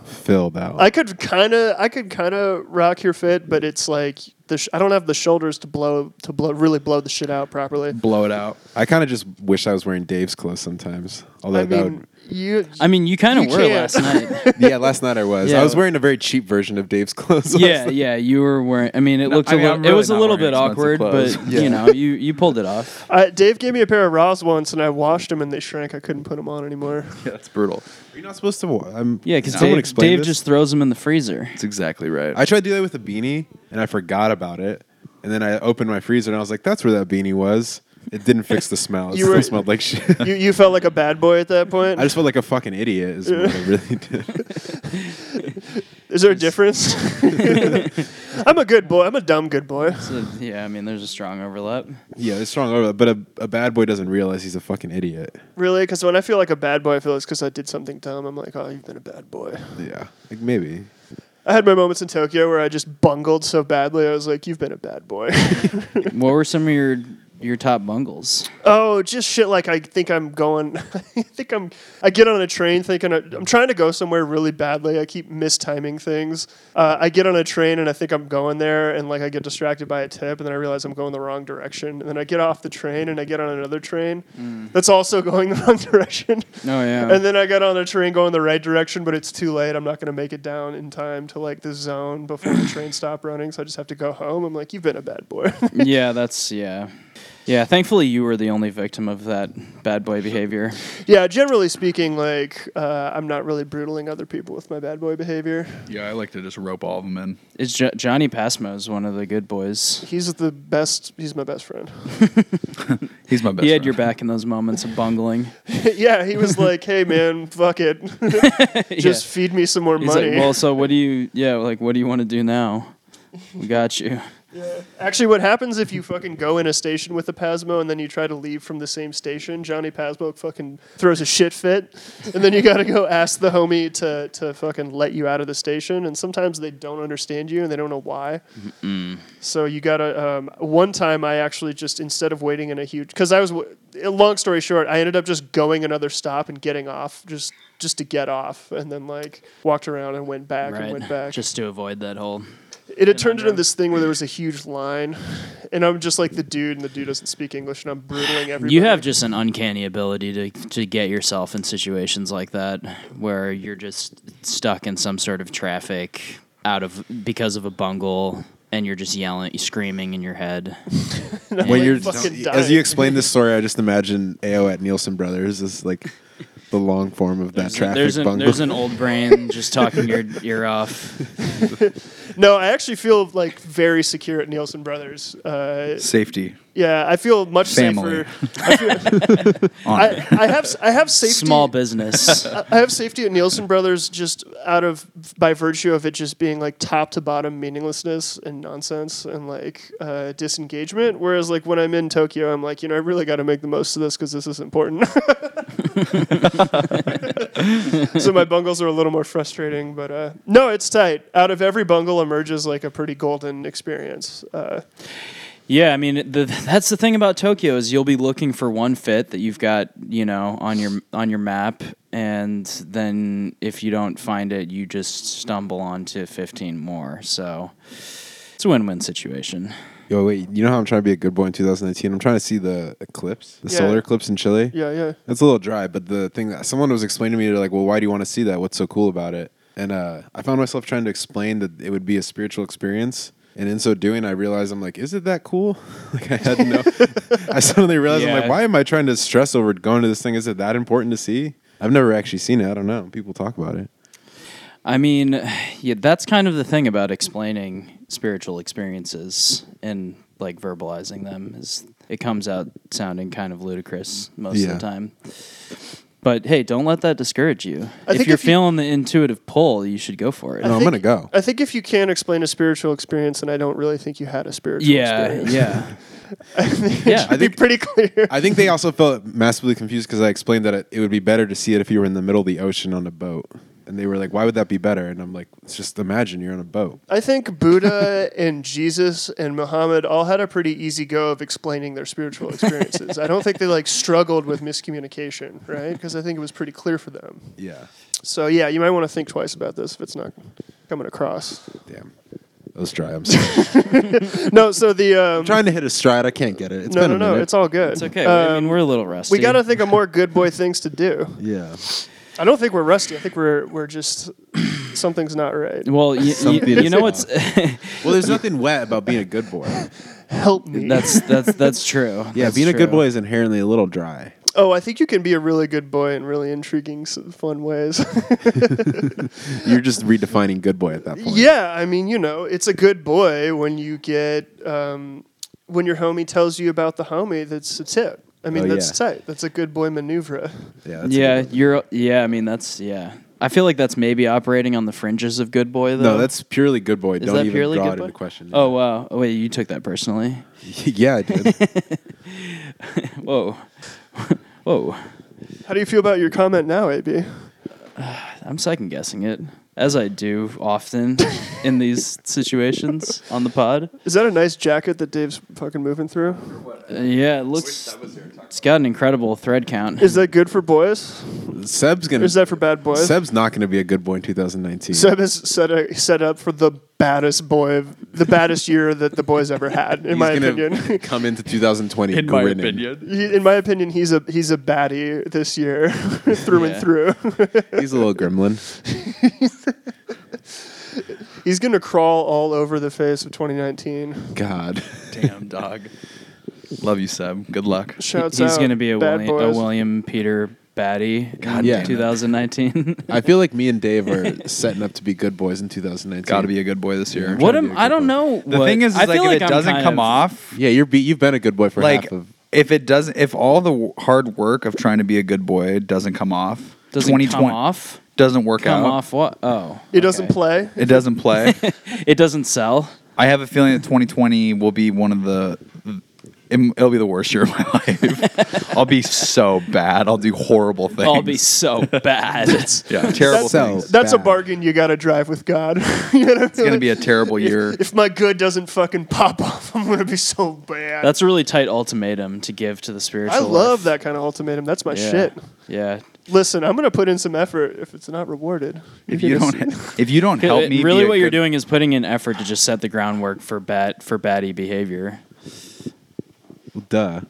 Filled out. I could kind of, I could kind of rock your fit, but it's like the sh- I don't have the shoulders to blow to blow really blow the shit out properly. Blow it out. I kind of just wish I was wearing Dave's clothes sometimes. Although I that mean, would, you. I mean, you kind of You were can't. last night. [laughs] yeah, last night I was. Yeah. I was wearing a very cheap version of Dave's clothes. last yeah, night. yeah, you were wearing. I mean, it No, looked I mean, a little. I'm really it was a not little wearing bit awkward, expensive but clothes. you know, you you pulled it off. I, Dave gave me a pair of Raws once, and I washed them, and they shrank. I couldn't put them on anymore. [laughs] Yeah, that's brutal. You're not supposed to. wa- I'm, Yeah, because someone Dave, explained Dave this. just throws them in the [laughs] freezer. That's exactly right. I tried to do that with a beanie, and I forgot about it. And then I opened my freezer, and I was like, "That's where that beanie was." It didn't fix [laughs] the smell. It You still were- smelled like shit. [laughs] you you felt like a bad boy at that point. I just felt like a fucking idiot. Is [laughs] what I really did. Is there a difference? I'm a good boy. I'm a dumb good boy. So, yeah, I mean, there's a strong overlap. Yeah, it's strong over, but a, a bad boy doesn't realize he's a fucking idiot. Really? Because when I feel like a bad boy, I feel it's because I did something dumb. I'm like, oh, you've been a bad boy. Yeah, like maybe. I had my moments in Tokyo where I just bungled so badly. I was like, you've been a bad boy. What were some of your your top [laughs] bungles? oh, just shit like I think I'm going. [laughs] I think I'm. I get on a train thinking I- I'm trying to go somewhere really badly. I keep mistiming things. Uh, I get on a train and I think I'm going there, and like I get distracted by a tip, and then I realize I'm going the wrong direction. And then I get off the train and I get on another train that's also [laughs] going the wrong direction. Mm. Oh yeah, And then I got on a train going the right direction, but it's too late. I'm not going to make it down in time to like the zone before the train stopped running, so I just have to go home. I'm like, you've been a bad boy. [laughs] yeah, that's yeah, yeah. Thankfully, you were the only victim of that bad boy behavior. yeah, generally speaking, like uh, I'm not really brutaling other people with my bad boy behavior. yeah, I like to just rope all of them in. It's jo- Johnny Pasmo is one of the good boys. He's the best. He's my best friend. [laughs] He's my best. he had friend. your back in those moments of [laughs] bungling. yeah, he was like, hey man, fuck it, [laughs] just Yeah. feed me some more He's money. like, well, so what do you? Yeah, like what do you want to do now? We got [laughs] you. Actually, what happens if you fucking go in a station with a Pasmo and then you try to leave from the same station? Johnny Pasmo fucking throws a shit fit, and then you gotta go ask the homie to, to fucking let you out of the station. And sometimes they don't understand you and they don't know why. So you gotta. Um, one time, I actually just instead of waiting in a huge, because I was. w- eh, Long story short, I ended up just going another stop and getting off just just to get off, and then like walked around and went back and went back. Just to avoid that whole. It had turned into this thing where there was a huge line, and I'm just like the dude, and the dude doesn't speak English, and I'm brutaling everybody. [laughs] You have just an uncanny ability to to get yourself in situations like that where you're just stuck in some sort of traffic out of because of a bungle and you're just yelling, screaming in your head. when like you're fucking as dying. you [laughs] explain this story, I just imagine AO at Nielsen Brothers is like the long form of that traffic there's, an, bungle. there's an old brain just talking [laughs] your ear off. no, I actually feel like very secure at Nielsen Brothers. Uh, safety. yeah, I feel much Family. [laughs] safer. I, feel, On I, it. I have I have safety. Small business. I have safety at Nielsen Brothers just out of by virtue of it just being like top to bottom meaninglessness and nonsense and like uh, disengagement. Whereas like when I'm in Tokyo, I'm like you know I really got to make the most of this because this is important. [laughs] so my bungles are a little more frustrating, but uh, no, it's tight. Out of every bungle emerges like a pretty golden experience. Uh, Yeah, I mean, the, [laughs] that's the thing about Tokyo is you'll be looking for one fit that you've got, you know, on your on your map, and then if you don't find it, you just stumble onto fifteen more. So it's a win-win situation. Yo, wait. You know how I'm trying to be a good boy in 2019? I'm trying to see the eclipse, the Yeah. solar eclipse in Chile. Yeah, yeah. It's a little dry, but the thing that someone was explaining to me, they're like, well, why do you want to see that? What's so cool about it? And uh, I found myself trying to explain that it would be a spiritual experience. And in so doing, I realized I'm like, is it that cool? [laughs] like, I had no. I suddenly realized I'm like, Yeah. why am I trying to stress over going to this thing? Is it that important to see? I've never actually seen it. I don't know. People talk about it. I mean, [sighs] yeah, that's kind of the thing about explaining spiritual experiences and like verbalizing them is it comes out sounding kind of ludicrous most of Yeah. the time. But hey, don't let that discourage you. I if think you're if you- feeling the intuitive pull, you should go for it. No, I'm think- gonna go. I think if you can't explain a spiritual experience, then I don't really think you had a spiritual yeah, experience. yeah. [laughs] [laughs] yeah, I Be think pretty clear. I think they also felt massively confused because I explained that it, it would be better to see it if you were in the middle of the ocean on a boat. And they were like, why would that be better? And I'm like, "It's just imagine you're on a boat. I think Buddha [laughs] and Jesus and Muhammad all had a pretty easy go of explaining their spiritual experiences. I don't think they like struggled with miscommunication, right? Because I think it was pretty clear for them. Yeah. So yeah, you might want to think twice about this if it's not coming across. Damn. That was dry. [laughs] I'm sorry. No, so the um, trying to hit a stride. I can't get it. It's no, been no, a no, minute. it's all good. it's okay. Um, I mean, we're a little rusty. we got to think of more good boy things to do. Yeah. I don't think we're rusty. I think we're we're just something's not right. Well, y- y- Something you is know wrong. what's [laughs] Well, [laughs] there's nothing wet about being a good boy. Help me. that's that's that's true. [laughs] Yeah, That's being a good true. boy is inherently a little dry. oh, I think you can be a really good boy in really intriguing, s- fun ways. [laughs] You're just redefining good boy at that point. yeah, I mean, you know, it's a good boy when you get um, when your homie tells you about the homie. That's a tip. I mean, Oh, that's yeah. tight. That's a good boy maneuver. Yeah. a yeah, good- you're. Yeah, I mean that's yeah. I feel like that's maybe operating on the fringes of good boy though. No, that's purely good boy. is Don't that even purely draw good it boy? into question. Oh wow! Oh, wait, you took that personally. [laughs] yeah, I did. [laughs] Whoa, [laughs] whoa! How do you feel about your comment now, AB? I'm second guessing it as I do often in these situations on the pod. Is that a nice jacket that Dave's fucking moving through? Uh, yeah, it looks. It's got an incredible thread count. Is that good for boys? Seb's Or gonna. is that for bad boys? Seb's not gonna be a good boy in 2019. Seb has set, a, set up for the baddest boy, of, the baddest year that the boys ever had, in He's my gonna opinion. [laughs] come into 2020. grinning. He- in my opinion, he's a he's a baddie this year, [laughs] through Yeah. and through. he's a little gremlin. he's gonna crawl all over the face of 2019. God, [laughs] Damn dog. Love you, Seb. Good luck. Shouts He's out, going to be a, bad William, a boys. William Peter Batty in damn it. 2019. I feel like me and Dave are setting up to be good boys in 2019. Got to be a good boy this year. [laughs] what trying to am be a I good don't boy. know. The what- thing is, is I like feel if it I'm doesn't kind come of- off, Yeah, you're be, you've been a good boy for like half of. if it doesn't, if all the w- hard work of trying to be a good boy doesn't come off, doesn't 2020 come off. doesn't work Come out. off what? Oh, It doesn't okay. play. It [laughs] doesn't play. It doesn't sell. I have a feeling that 2020 will be one of the. im- It'll be the worst year of my [laughs] life. I'll be so bad. I'll do horrible things. I'll be [laughs] so bad. yeah, terrible That's- things. That's a Bad. bargain you got to drive with God. [laughs] you know, It's gonna be a terrible year. if my good doesn't fucking pop [laughs] off, I'm gonna be so bad. That's a really tight ultimatum to give to the I spiritual. love life. that kind of ultimatum. That's my Yeah. shit. Yeah. Listen, I'm gonna put in some effort. If it's not rewarded, if you're you gonna don't, if you don't help me, really, be a what you're good- doing is putting in effort to just set the groundwork for bad for baddie behavior. Duh.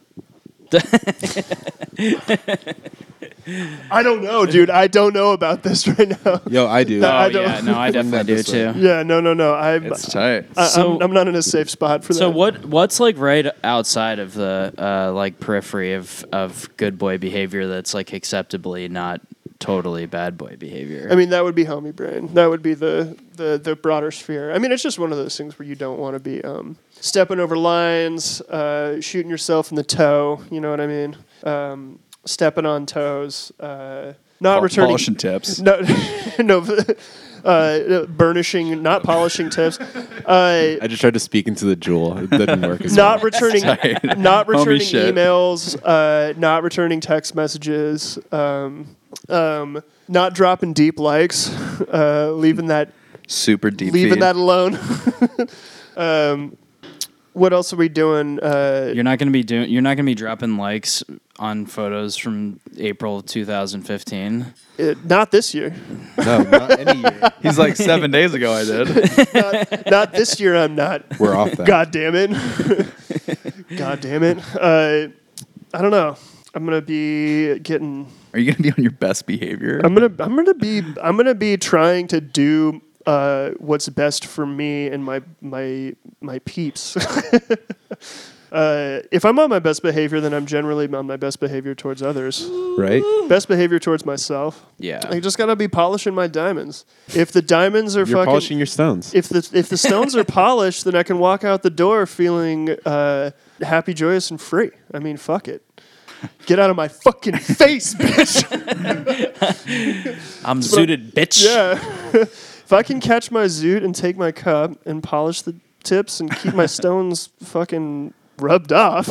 I don't know, dude. I don't know about this [laughs] right now. Yo, I do. No, [laughs] I oh don't- yeah, no, I definitely do this way. too. Yeah, no, no, no. I'm, It's tight. I, So- I'm, I'm not in a safe spot for that. So what what's like right outside of the uh, like periphery of of good boy behavior that's like acceptably not totally bad boy behavior? I mean, that would be homie brain. That would be the the the broader sphere. I mean, it's just one of those things where you don't want to be um, stepping over lines, uh, shooting yourself in the toe. You know what I mean? Um, stepping on toes. Uh, not Pol- returning polishing tips. [laughs] No, no. [laughs] Uh, burnishing, not polishing tips. Uh, I just tried to speak into the jewel. It didn't work. As [laughs] not [laughs] well. returning not Homie returning shit. emails uh, not returning text messages um, um, not dropping deep likes uh, leaving that Super deep. leaving feed. that alone [laughs] um, what else are we doing? Uh, You're not gonna be doing. You're not gonna be dropping likes on photos from April of 2015. uh, not this year. No, not any year. He's [laughs] like seven days ago. I did. Not, not this year. I'm not. We're off that. God damn it. [laughs] God damn it. Uh, I don't know. I'm gonna be getting. Are you gonna be on your best behavior? I'm gonna. I'm gonna be. I'm gonna be trying to do uh, what's best for me and my my my peeps. [laughs] uh, if I'm on my best behavior, then I'm generally on my best behavior towards others. Right? Best behavior towards myself. Yeah. I just gotta be polishing my diamonds. If the diamonds are You're fucking polishing your stones. if the if the stones [laughs] are polished, then I can walk out the door feeling uh, happy, joyous, and free. I mean, fuck it. Get out of my fucking [laughs] face, bitch. I'm zooted, [laughs] bitch. yeah. if I can catch my zoot and take my cup and polish the tips and [laughs] keep my stones fucking rubbed off,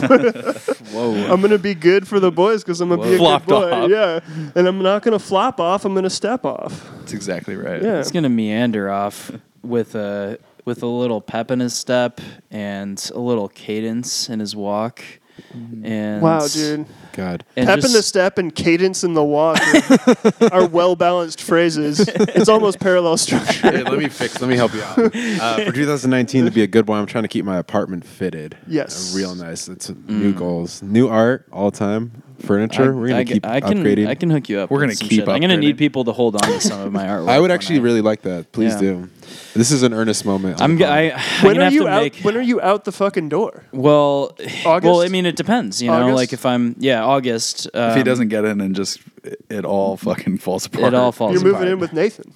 Whoa. I'm gonna be good for the boys because I'm gonna be a Flopped good boy. off. Yeah. And I'm not gonna flop off. I'm gonna step off. That's exactly right. Yeah. It's gonna meander off with a with a little pep in his step and a little cadence in his walk. And Wow, dude. God. and Pep in just- the step and cadence in the walk are- [laughs] are well balanced phrases. It's almost parallel structure. [laughs] Hey, let me fix. Let me help you out. Uh, [laughs] for 2019 to be a good one, I'm trying to keep my apartment fitted. Yes. Uh, real nice. It's new goals, new art all the time. Furniture. We're gonna I, keep I can, upgrading. I can hook you up. We're with gonna some keep shit. I'm gonna upgrading. need people to hold on to some of my artwork. I would when actually really like that. Please Yeah. do. This is an earnest moment. on I'm. g- the I, am i am When gonna are have you to out? make. When are you out the fucking door? well, well, I August? mean, it depends. You know, August? like if I'm, yeah, August. Um, If he doesn't get in and just it all fucking falls apart. it all falls. You're moving apart. in with Nathan.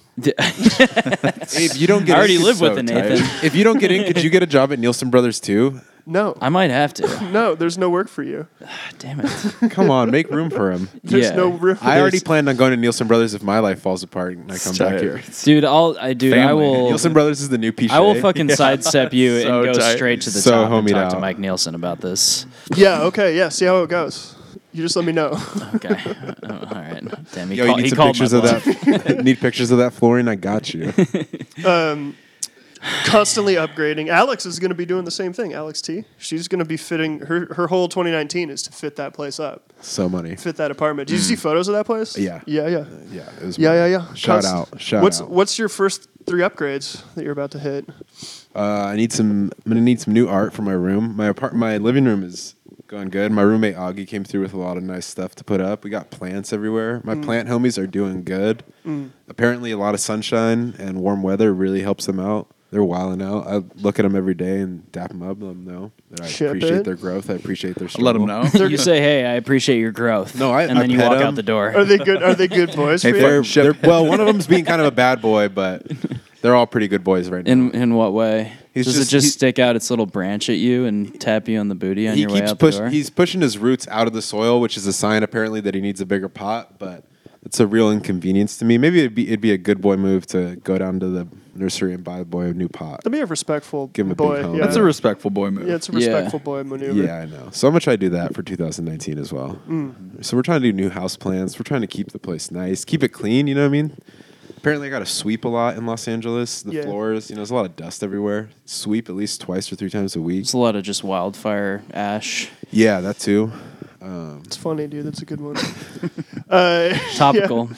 If you [laughs] don't get, I already in, live so with a tight. Nathan. If you don't get in, could you get a job at Nielsen Brothers too? No, [laughs] I might have to. no, there's no work for you. God damn it. Come on, make room for [laughs] him. There's yeah. no room. I already planned on going to Nielsen Brothers if my life falls apart and I come back tight. here. dude. I'll. I dude. I Family. will. Nielsen Brothers is the new piece. I will [laughs] fucking sidestep you So and go tight. straight to the So top and homied talk to out. Mike Nielsen about this. yeah. Okay. Yeah. See how it goes. You just let me know. [laughs] Okay. [laughs] Oh, all right. Damn. He, Yo, call, you need he some called my pictures of bluff. that. [laughs] need pictures of that flooring? I got you. Um, constantly upgrading. Alex is going to be doing the same thing. Alex T. She's going to be fitting her her whole 2019 is to fit that place up, So money. fit that apartment. Did you see photos of that place? Mm. Yeah. Yeah. Yeah. [laughs] Yeah, it was Yeah, yeah, yeah. Shout Const- out, shout what's, out. What's your first three upgrades that you're about to hit? Uh, I need some. I'm gonna need some new art for my room. My apart, my living room is going good. My roommate Augie came through with a lot of nice stuff to put up. We got plants everywhere. My plant homies are doing good. Apparently, a lot of sunshine and warm weather really helps them out. They're wilding out. I look at them every day and dap them up. Let them know that I Ship appreciate it. their growth. I appreciate their. Let him struggle. [laughs] know. [laughs] you say, "Hey, I appreciate your growth." No, I- and I then you pet walk him. out the door. Are they good? Are they [laughs] good boys? Hey, for you? They're, Fucking ship. [laughs] they're- well, one of them's being kind of a bad boy, but they're all pretty good boys right now. in in what way? He's Does just- it just he- stick out its little branch at you and tap you on the booty on he your way keeps out the door? pushing. He's pushing his roots out of the soil, which is a sign apparently that he needs a bigger pot. But it's a real inconvenience to me. Maybe it'd be it'd be a good boy move to go down to the nursery and buy a boy a new pot. That'd be a respectful Give him a boy. big hug. yeah. That's a respectful boy move. yeah, it's a Yeah. respectful boy maneuver. Yeah, I know. So much I do that for 2019 as well. So we're trying to do new house plans. We're trying to keep the place nice, keep it clean. You know what I mean? Apparently, I got to sweep a lot in Los Angeles. The Yeah. floors, you know, there's a lot of dust everywhere. Sweep at least twice or three times a week. It's a lot of just wildfire [laughs] ash. Yeah, that too. Um, It's funny, dude. That's a good [laughs] one. uh, Topical.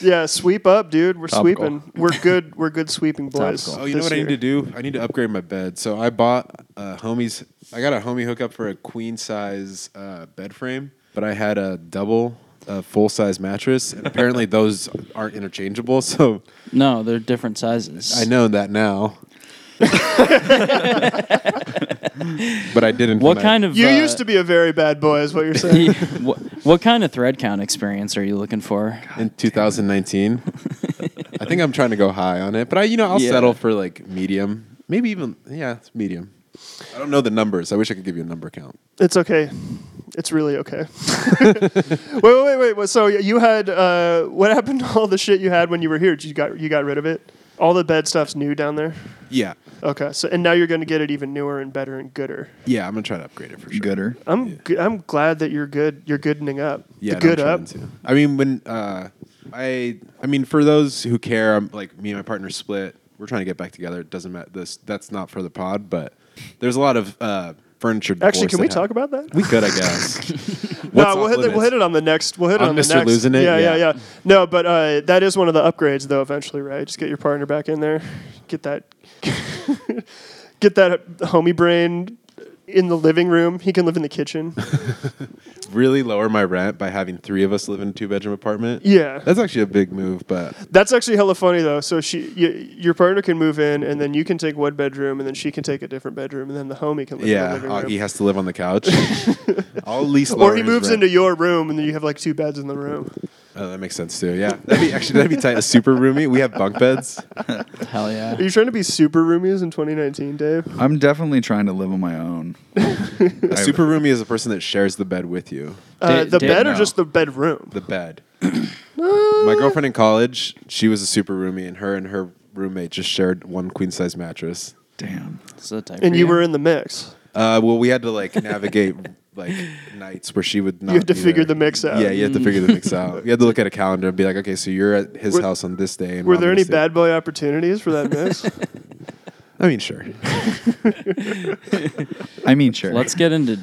yeah, sweep up, dude. We're Topical. sweeping. We're good. We're good sweeping boys. Topical. Oh, you know this what I year. need to do? I need to upgrade my bed. So I bought a homie's. I got a homie hookup for a queen size uh, bed frame, but I had a double, a full size mattress, and [laughs] apparently those aren't interchangeable. So No, they're different sizes. I know that [laughs] now. but I didn't. What kind of You uh, used to be a very bad boy, is what you're saying. [laughs] what, what kind of thread count experience are you looking for? in 2019? I think I'm trying to go high on it, but I, you know, I'll Yeah. settle for like medium, maybe even yeah, it's medium. I don't know the numbers. I wish I could give you a number count. It's okay. It's really okay. [laughs] wait, wait, wait, wait, wait. So you had uh, what happened to all the shit you had when you were here? Did You got you got rid of it. All the bed stuff's new down there. Yeah. Okay, so and now you're going to get it even newer and better and gooder. Yeah, I'm gonna try to upgrade it for sure. Gooder. I'm g- I'm glad that you're good. You're goodening up. Yeah, the no, I'm good trying up. to. I mean, when uh, I, I mean, for those who care, I'm like me and my partner split. We're trying to get back together. It doesn't matter. This that's not for the pod, but there's a lot of uh, furniture. Actually, divorce can we talk that happened. about that? We could, I [laughs] guess. [laughs] No, What's we'll off hit, the, we'll limits? hit it on the next. We'll hit it On on, the Mr. next. Losing It? Yeah, yeah, Yeah. yeah. No, but uh, that is one of the upgrades, though. Eventually, right? Just get your partner back in there. Get that. [laughs] get that homie brain in the living room. He can live in the [laughs] kitchen. really lower my rent by having three of us live in a two bedroom apartment. Yeah, That's actually a big move, but that's actually hella funny though. So she, y- your partner can move in, and then you can take one bedroom, and then she can take a different bedroom, and then the homie can live yeah, in the uh, living he room. has to live on [laughs] the couch. I'll at least lower Or he his moves rent. into your room, and then you have like two beds in the room. Oh, that makes sense too. Yeah, that'd be actually that'd be tight. A super roomy. We have bunk beds. Hell Are yeah. you trying to be super roomies in 2019, Dave? I'm definitely trying to live on my own. A super roomie is a person that shares the bed with you. Uh, Da- the da- bed or no. just the bedroom? [clears throat] The bed. My girlfriend in college, she was a super roomie, and her and her roommate just shared one queen size mattress. Damn. This is a type and for you were in the mix. Uh, well, we had to like [laughs] navigate like nights where she would not. had to be figure the there. mix out. Yeah, you had to figure the [laughs] mix out. You had to look at a calendar and be like, okay, so you're at his Were- house on this day. And Were I'm there on any this day. bad boy opportunities for that mix? I [laughs] mean, sure. I mean, sure. Let's get into.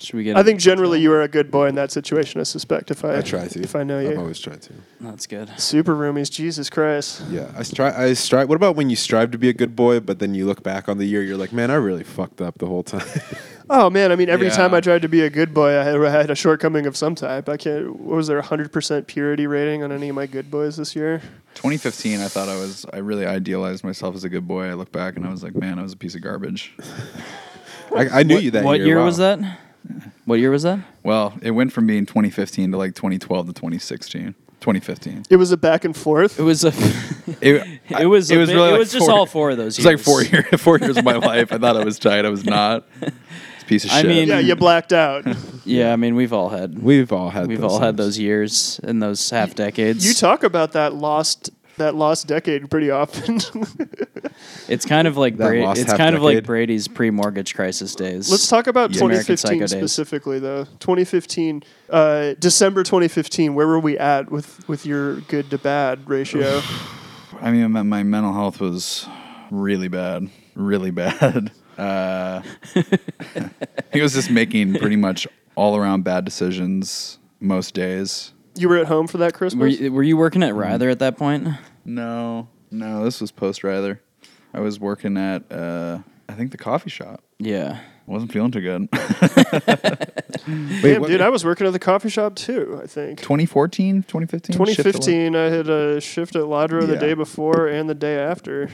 Should we get? I think generally you were a good boy in that situation. I suspect if I, I try to. if I know I'm you. always trying to. That's good. Super roomies, Jesus Christ. Yeah, I strive. I strive. What about when you strive to be a good boy, but then you look back on the year, you're like, man, I really fucked up the whole time. Oh man, I mean, every Yeah. time I tried to be a good boy, I had, I had a shortcoming of some type. I can't. What was there? hundred percent purity rating on any of my good boys this year? 2015, I thought I was, I really idealized myself as a good boy. I look back and I was like, man, I was a piece of garbage. I, I knew you that. what year wow. was that? What year was that? Well, it went from being 2015 to like 2012 to 2016. 2015. It was a back and forth. It was a. It, [laughs] It was. a bit- really It like was just four- all four of those. It's like four year, [laughs] four years of my life. I thought I was tight. [laughs] I was not. It's a piece of I shit. mean- Yeah, you blacked out. Yeah, I mean, we've all had. We've all had. We've those all had times. those years and those half decades. you talk about that lost that lost decade pretty often. [laughs] It's kind of like That Bra- lost it's half kind of like decade. Brady's pre-mortgage crisis days. Let's talk about Yeah. 2015 American Psycho days. specifically, though. 2015, uh, December 2015. Where were we at with with your good to bad ratio? I mean, my, my mental health was really bad, really bad. [laughs] Uh, it was just making pretty much all around bad decisions most days. you were at home for that Were Christmas. you, were you working at Ryther at that point? No, no, this was post rather. I was working at, uh, I think, the coffee shop. Yeah. Wasn't feeling too good. [laughs] Wait, Damn, what- dude, I was working at the coffee shop too. I think 2014, 2015? 2015. I had a shift at Ladro the Yeah. day before and the day after.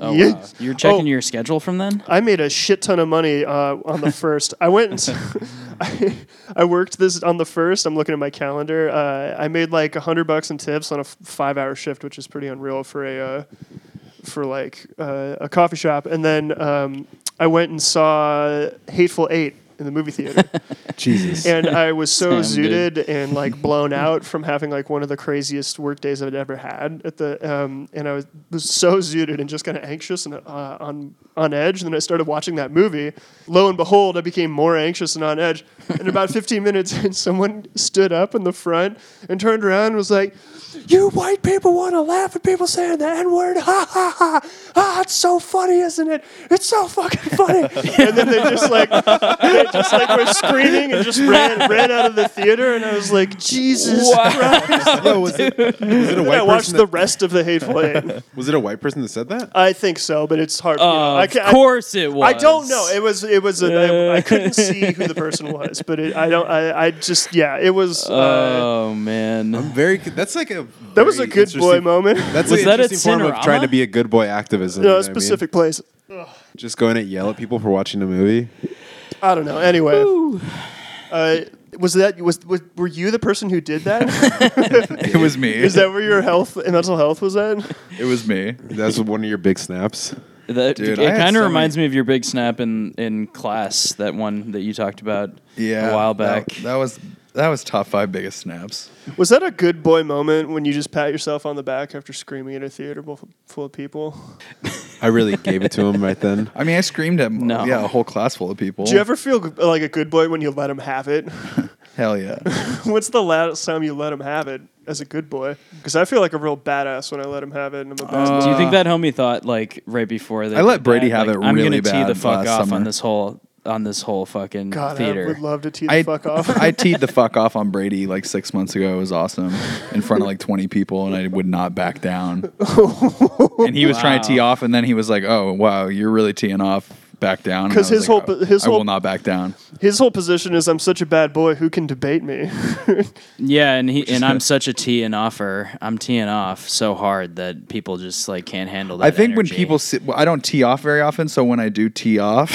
Oh, Yeah. wow. You're checking Oh. your schedule from then? I made a shit ton of money uh, on the first. I went. And [laughs] s- I, I worked this on the first. I'm looking at my calendar. Uh, I made like a hundred bucks in tips on a five hour shift, which is pretty unreal for a uh, for like uh, a coffee shop. And then um, I went and saw Hateful Eight in the movie theater, [laughs] [laughs] Jesus. and I was so Damn, zooted dude. and like blown out from having like one of the craziest work days I'd ever had at the. Um, and I was, was so zooted and just kind of anxious and uh, on on edge. And then I started watching that movie. Lo and behold, I became more anxious and on edge. And about 15 minutes, [laughs] in, someone stood up in the front and turned around and was like, "You white people want to laugh at people saying the N word? Ha ha ha! Ah, it's so funny, isn't it? It's so fucking funny." [laughs] and then they just like they just like were screaming and just ran ran out of the theater. And I was like, "Jesus Christ!" Yo, was, it, was it a And I white watched person? the That, rest of the Hateful Eight. [laughs] was it a white person that said that? I think so, but it's hard. you know, I of can't- I- course it was. I don't know. It was it was a I I, I couldn't see who the person was, but it, I don't. I, I just yeah. It was uh, oh man. Very. good- That's like a. that was a very good boy interesting- [laughs] moment. That's Was an that at interesting form of Cinerama? trying to be a good boy activism. you know no what I mean? specific place. Just going and yell at people for watching a movie. I don't know. Anyway, uh, was that was, was were you the person who did that? [laughs] It was me. Is that where your health and mental health was at? it was me. That's one of your big snaps. That, Dude, I it had kind so of many- reminds me of your big snap in in class. That one that you talked about Yeah. a while back. That, that was that was top five biggest snaps. Was that a good boy moment when you just pat yourself on the back after screaming at a theater full- full of people? I really gave it to him right then. [laughs] I mean, I screamed at No. yeah a whole class full of people. Do you ever feel g- like a good boy when you let them have it? [laughs] Hell yeah. What's the last time you let them have it as a good boy? Because I feel like a real badass when I let them have it, and I'm a Uh, badass. Do you think that homie thought like right before that? uh, I let Brady have it I'm really gonna bad tee the fuck last off summer. on this whole on this whole fucking God, I theater. would love to tee the [laughs] I fuck off. [laughs] I teed the fuck off on Brady like six months ago. It was awesome in front of like twenty people, and I would not [laughs] back down. and he was trying to tee Wow. off, and then he was like, "Oh wow, you're really teeing off." Back down And I 'Cause was his like, whole- "Oh, his I will whole- not back down. His whole position is I'm such a bad boy. Who can debate me? [laughs] yeah, and he and I'm such a tee and offer. I'm teeing off so hard that people just like can't handle that. I think when energy. people sit, well, I don't tee off very often, so when I do tee off,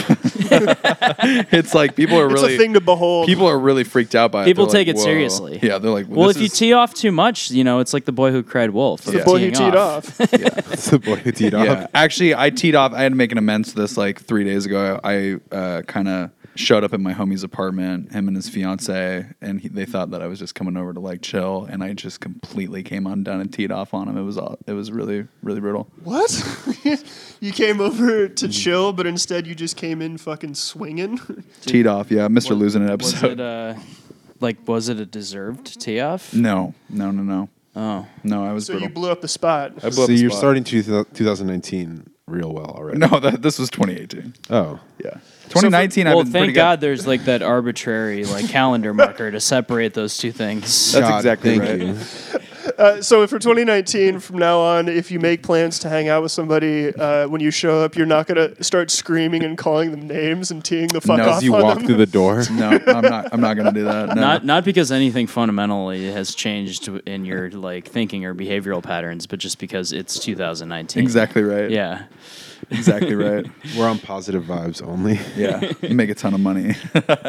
[laughs] it's like people are it's really a thing to behold. people are really freaked out by People it. They're like, take it "Whoa." seriously. Yeah, they're like, well, this if you is- tee off too much, you know, it's like the boy who cried wolf. the of boy who teeing teed off. It's the boy who teed off. Yeah. [laughs] Actually, I teed off. I had to make an amends to this like three days ago. I uh, kind of showed up at my homie's apartment, him and his fiance, and he, they thought that I was just coming over to like chill, and I just completely came undone and teed off on him. It was all, it was really really brutal. what? [laughs] you came over to Mm. chill, but instead you just came in fucking swinging. [laughs] teed off, yeah, Mister Was- Losing It Was episode. it uh, like was it a deserved tee off? [laughs] no, no, no, no, Oh, no. I was so brutal. you blew up the spot. I blew So up the you're spot. starting two, 2019 real well already. No, that, this was 2018. Oh. Yeah, 2019. I've well, been thank pretty God Good. there's like that arbitrary like [laughs] calendar marker to separate those two things. That's exactly thank right. you. Uh, so for 2019, from now on, if you make plans to hang out with somebody, uh, when you show up, you're not gonna start screaming and calling them names and teeing the fuck No, off As you on walk them. through the door. No, I'm not. I'm not gonna [laughs] do that. No. Not not because anything fundamentally has changed in your like thinking or behavioral patterns, but just because it's 2019. exactly right. Yeah. exactly right. [laughs] We're on positive vibes only. Yeah, make a ton of money. [laughs]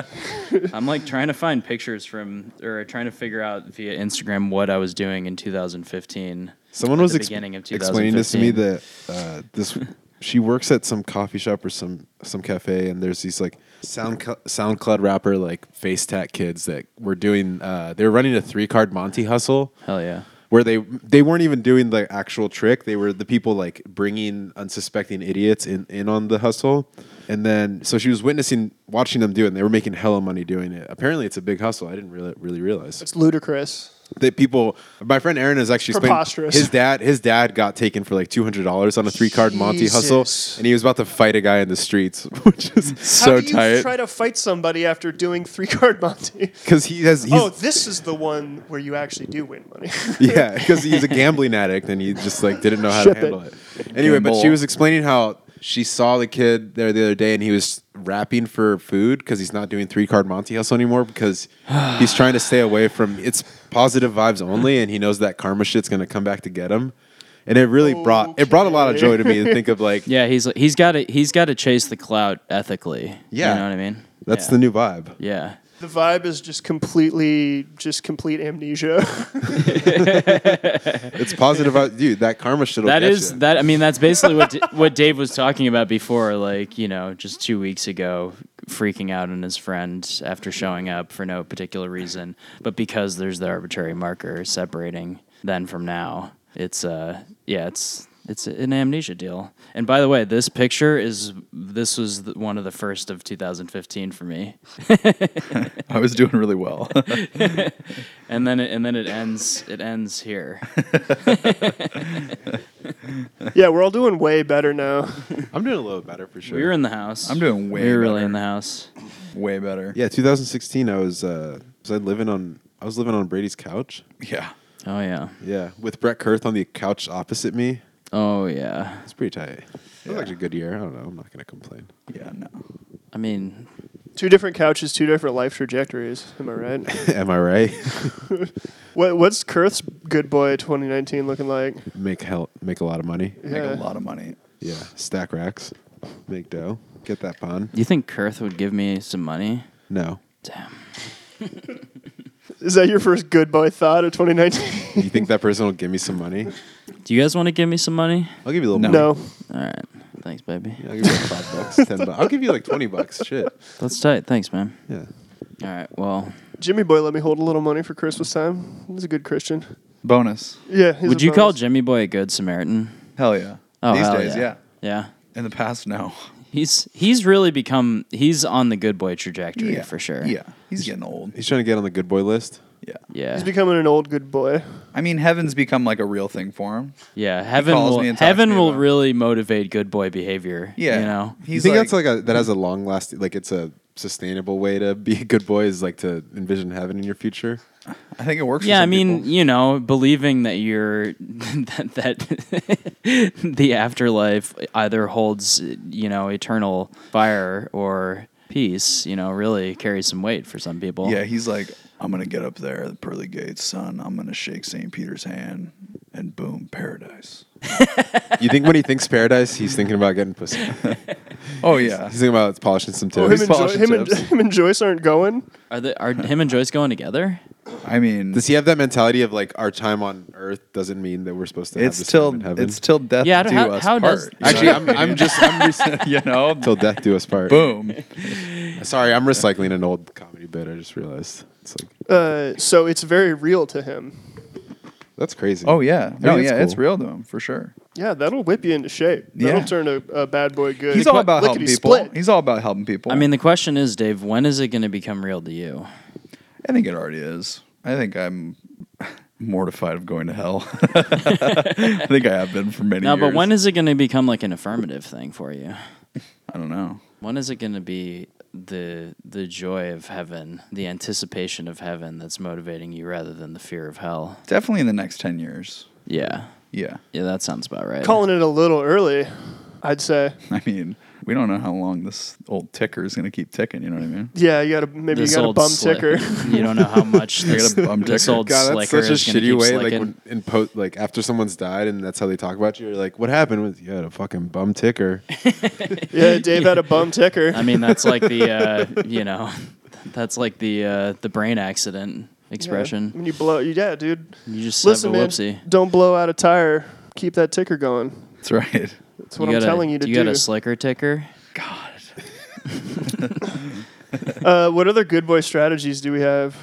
I'm like trying to find pictures from or trying to figure out via Instagram what I was doing in 2015. Someone at was the ex- beginning of explaining this to me 2015. that uh, this she works at some coffee shop or some some cafe, and there's these like sound SoundCloud rapper like face tat kids that were doing. Uh, they were running a three card Monty hustle. Hell yeah. Where they they weren't even doing the actual trick; they were the people like bringing unsuspecting idiots in, in on the hustle, and then so she was witnessing, watching them do it. and They were making hella money doing it. Apparently, it's a big hustle. I didn't really really realize It's ludicrous. that people my friend Aaron is actually explaining Preposterous. his dad his dad got taken for like two hundred dollars on a three card Monty hustle Jesus. and he was about to fight a guy in the streets [laughs] which is so How do you tight. try to fight somebody after doing three [laughs] card Monty? because he has he's, oh, this is the one where you actually do win money. [laughs] [laughs] yeah because he's a gambling addict and he just like didn't know how Ship to it. handle it, anyway but she Gamble. was explaining how she saw the kid there the other day and he was rapping for food because he's not doing three card Monty hustle [sighs] anymore because he's trying to stay away from it's positive vibes only and he knows that karma shit's gonna come back to get him. And it really brought it brought a lot of joy to me to think of [laughs] like Yeah, he's he's got to he's got to chase the clout ethically. Yeah. You know what I mean? That's Yeah. the new vibe. Yeah. the vibe is just completely, just complete amnesia. [laughs] It's positive, out- dude. That karma shit. That is that. I mean, that's basically [laughs] what D- what Dave was talking about before. Like you know, just two weeks ago, freaking out on his friend after showing up for no particular reason, but because there's the arbitrary marker separating then from now. It's uh, yeah, it's it's an amnesia deal. And by the way, this picture is this was the, one of the first of 2015 for me. I was doing really well. [laughs] And then it, and then it ends it ends [laughs] here. yeah, we're all doing way better now. I'm doing a little better for sure. We were in the house. I'm doing way We were really better. in the house. Way better. yeah, 2016. I was uh, was I living on I was living on Brady's couch. Yeah. Oh yeah. Yeah, with Brett Kurth on the couch opposite me. Oh yeah. It's pretty tight. It was actually a good year. I don't know. I'm not gonna complain. [laughs] Yeah. No. I mean, Two different couches, two different life trajectories. Am I right? Am I right? what, what's Kurth's good boy 2019 looking like? [laughs] make hell. Make a lot of money. Make Yeah. a lot of money. Yeah, stack racks. Make dough. Get that pond. You think Kurth would give me some money? No. Damn. Is that your first good boy thought of 2019? You think that person will give me some money? Do you guys want to give me some money? I'll give you a No. little. Money. no. All right. Thanks, baby. Yeah, I'll give you like five bucks, ten bucks. I'll give you like twenty bucks. Shit. That's tight. Thanks, man. Yeah. All right. Well, Jimmy boy let me hold a little money for Christmas time. He's a good Christian. Bonus. Yeah. he's would a you call bonus. Jimmy Boy a good Samaritan? Hell yeah. Oh, These hell days, yeah. Yeah. In the [laughs] past, no. He's he's really become he's on the good boy trajectory for sure. Yeah. He's getting old. He's trying to get on the good boy list. Yeah. Yeah. He's becoming an old good boy. I mean, heaven's become like a real thing for him. yeah. Heaven calls will me and talks to heaven me will about it. really motivate good boy behavior. Yeah. You know. He's you think like, that's like a that has a long lasting like it's a sustainable way to be a good boy is like to envision heaven in your future. I think it works. for Yeah, I some mean, people. you know, believing that you're [laughs] that, that [laughs] the afterlife either holds, you know, eternal fire or peace, you know, really carries some weight for some people. yeah, he's like, I'm gonna get up there, at the pearly gates, son. I'm gonna shake Saint Peter's hand, and boom, paradise. You think when he thinks paradise, he's thinking about getting pussy. He's Oh yeah, thinking about polishing some Well, tips. him, and jo- him, and, [laughs] him and Joyce aren't going. Are the are him and Joyce going together? I mean, Does he have that mentality of like our time on Earth doesn't mean that we're supposed to? have it's this till time in heaven? it's till death Yeah, I do don't- how- us how part. does- you know actually. what I'm, I mean? [laughs] I'm just I'm re- you know, till [laughs] death do us part. boom. Sorry, I'm recycling an old comedy bit. I just realized it's like Uh, so it's very real to him. that's crazy. Oh yeah, no, that's yeah, it's cool. real to him for sure. Yeah, that'll whip you into shape. That'll Yeah. turn a, a bad boy good. He's all about helping people. Lickety-split. He's all about helping people. I mean, the question is, Dave, when is it going to become real to you? I think it already is. I think I'm [laughs] mortified of going to hell. [laughs] I think I have been for many No, years. but when is it going to become like an affirmative thing for you? I don't know. When is it going to be the the joy of heaven, the anticipation of heaven that's motivating you rather than the fear of hell? Definitely in the next ten years. Yeah. Yeah, [laughs] Yeah, that sounds about right. Calling it a little early, I'd say. I mean, we don't know how long this old ticker is going to keep ticking. You know what I mean? Yeah, you got to maybe This you got a old bum slick- ticker. [laughs] you don't know how [laughs] much this, got a bum this ticker. old God, that's slicker such a is going to keep shitty way. Like slicking. when, in post, like after someone's died, and that's how they talk about you. You're like, what happened? With you had a fucking bum ticker. yeah, Dave [laughs] had a bum ticker. I mean, that's like [laughs] the uh, you know, that's like the uh, the brain accident Yeah, expression. when you blow, yeah, dude. You just Listen, have a man, whoopsie. don't blow out a tire. Keep that ticker going. That's right. That's what got I'm a- telling you to you do. got a slicker ticker? God, [laughs] uh, what other good boy strategies do we have?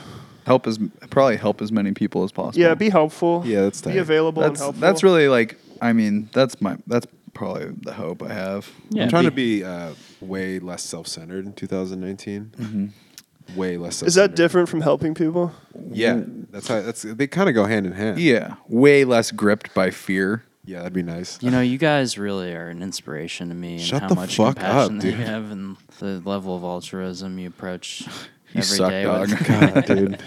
help as probably help as many people as possible. Yeah, be helpful. [laughs] Yeah, that's be tight. available and that's helpful. that's really like I mean that's my that's probably the hope I have. Yeah, I'm trying to be uh, way less self-centered in 2019. Mm-hmm. Way less. Is that self-centered. different from helping people? Yeah, that's how. That's they kind of go hand in hand. Yeah, way less gripped by fear. yeah, that'd be nice. You know, you guys really are an inspiration to me, and Shut how the much fuck compassion up, that you dude. have, and the level of altruism you approach [laughs] You every suck, day dog. [laughs] [laughs] God, dude,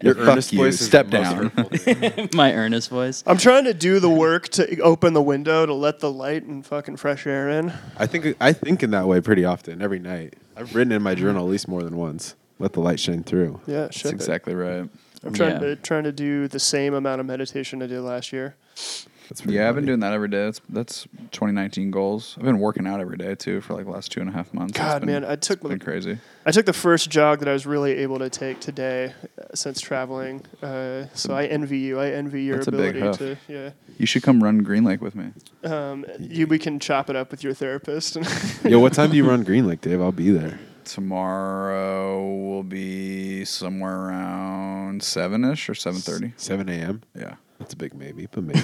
your fuck earnest you. voice. is Step the most down. hurtful thing. [laughs] with [laughs] my earnest voice. I'm trying to do the work to open the window to let the light and fucking fresh air in. I think I think in that way pretty often, every night. I've written in my journal at least more than once. Let the light shine through. Yeah, ship That's it. exactly right. I'm trying Yeah. to trying to do the same amount of meditation I did last year. That's pretty Yeah, I've been funny. doing that every day. That's that's 2019 goals. I've been working out every day too for like the last two and a half months. It's God, been- man, I took it's been crazy. I took the first jog that I was really able to take today uh, since traveling. Uh, so I envy you. I envy your That's a big ability to. Yeah. You should come run Green Lake with me. Um, you we can chop it up with your therapist. [laughs] Um, Yo, what time do you run Green Lake, Dave? I'll be there. Tomorrow will be somewhere around seven ish or seven thirty. 7 a.m. Yeah, That's a big maybe, but maybe.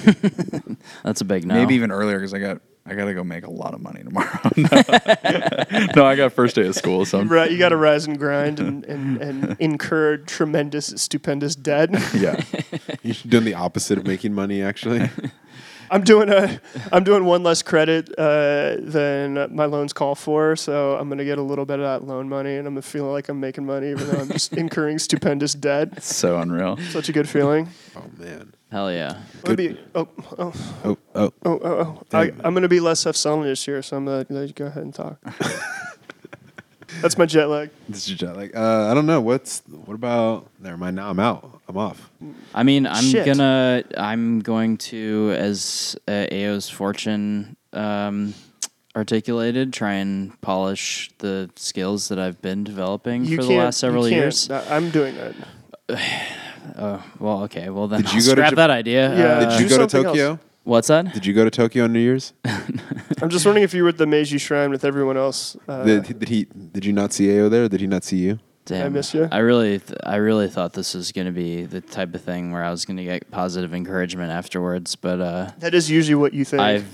That's a big no. maybe even earlier because I got I got to go make a lot of money tomorrow. [laughs] no. I got first day of school, so I'm- right, you got to rise and grind and, and, and incur tremendous, stupendous debt. [laughs] [laughs] yeah. You're doing the opposite of making money, actually. I'm doing a, I'm doing one less credit uh, than my loans call for, so I'm gonna get a little bit of that loan money, and I'm gonna feel like I'm making money, even though I'm [laughs] just incurring stupendous debt. So unreal. Such a good feeling. Oh man. Hell yeah. I'm gonna be, oh, oh, Oh, oh. oh, oh, oh. I, I'm gonna be less self-selling this year, so I'm gonna let you go ahead and [laughs] talk. That's my jet lag. This is jet lag. Uh, I don't know. What's what about? Never mind. Now I'm out. I'm off. I mean, I'm Shit. gonna, I'm going to, as uh, Ao's fortune um, articulated, try and polish the skills that I've been developing You for the can't- last several you can't. years. I- I'm doing that. Well, okay, well then Did I'll you go to scrap Jap- that idea. Yeah. Uh, Uh, Did you do go to something Tokyo? else. what's that? Did you go to Tokyo on New Year's? I'm just wondering if you were at the Meiji Shrine with everyone else. Uh, did, did he? Did you not see Ao there? Did he not see you? Damn. I miss you. I really, th- I really thought this was gonna be the type of thing where I was gonna get positive encouragement afterwards, but uh, That is usually what you think. I've,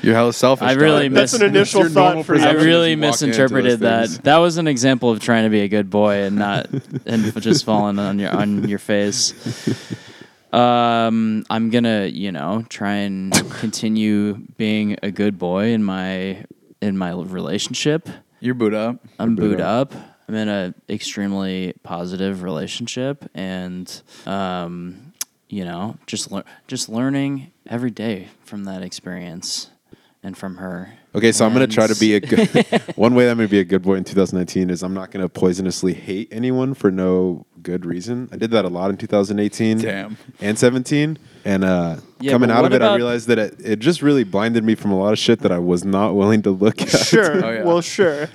[laughs] You're hella selfish. I dog. really That's an That's initial your normal thought for I presumption. you. Sometimes really you walk into those misinterpreted that. things. That was an example of trying to be a good boy and not and just falling on your on your face. Um, I'm gonna, you know, try and continue being a good boy in my in my relationship. You're boot up. I'm boot boot up. I'm in a extremely positive relationship, and um, you know, just lear- just learning every day from that experience and from her. Okay, so I'm gonna And- try to be a good. [laughs] [laughs] one way that I'm gonna be a good boy in 2019 is I'm not gonna poisonously hate anyone for no good reason. I did that a lot in 2018, Damn. and 17, and uh, Yeah, coming but out what of it, I about- realized that it, it just really blinded me from a lot of shit that I was not willing to look [laughs] at. [laughs] Sure. Oh, yeah. Well, sure.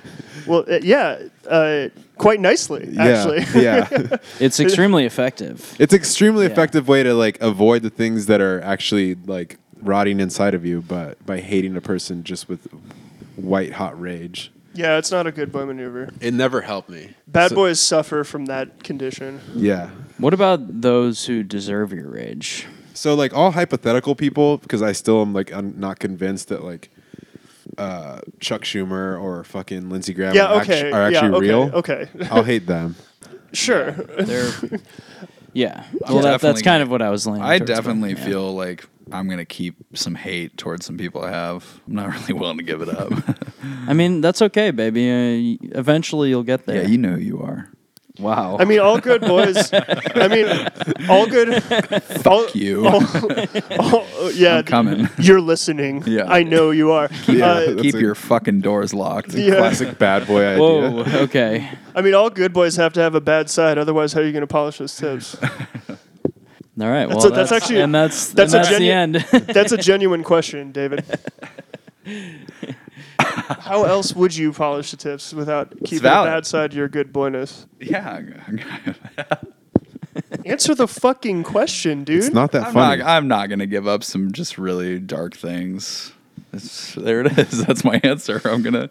Well, uh, yeah. Uh, quite nicely, yeah, actually. [laughs] [laughs] yeah. It's extremely effective. It's extremely Yeah. effective way to like avoid the things that are actually like rotting inside of you, but by hating a person just with white hot rage. yeah, it's not a good boy maneuver. It never helped me. Bad So- boys suffer from that condition. Yeah. What about those who deserve your rage? So like all hypothetical people, because I still am like I'm not convinced that like uh, Chuck Schumer or fucking Lindsey Graham yeah. are, actu- Okay. are yeah. Okay. actually real. Okay. I'll hate them. Sure. [laughs] They're yeah. I'll Well, that, that's definitely- kind of what I was leaning. I towards, but, definitely yeah. feel like I'm gonna keep some hate towards some people I have. I'm not [laughs] really willing to give it up. I mean, that's okay, baby. Uh, y- eventually, you'll get yeah, there. you know who you are. wow. I mean, all good [laughs] boys. I mean, all good. all, [laughs] You. all- all- Oh, yeah. I'm coming. You're listening. Yeah. I know you [laughs] are. Yeah. Uh, That's Keep a- your fucking doors locked. Yeah. Classic bad boy [laughs] idea. Whoa. Okay. I mean, all good boys have to have a bad side. Otherwise, how are you going to polish those tips? All right. That's well, a- that's actually- and that's that's that's, a and that's [laughs] the end. That's a genuine question, [laughs] David. How else would you polish the tips without keeping the valid. bad side to your good boyness? Yeah, I'm gonna- Answer the fucking question, dude. It's not that I'm funny. not, I'm not gonna give up some just really dark things. It's, there it [laughs] is. That's my answer. I'm gonna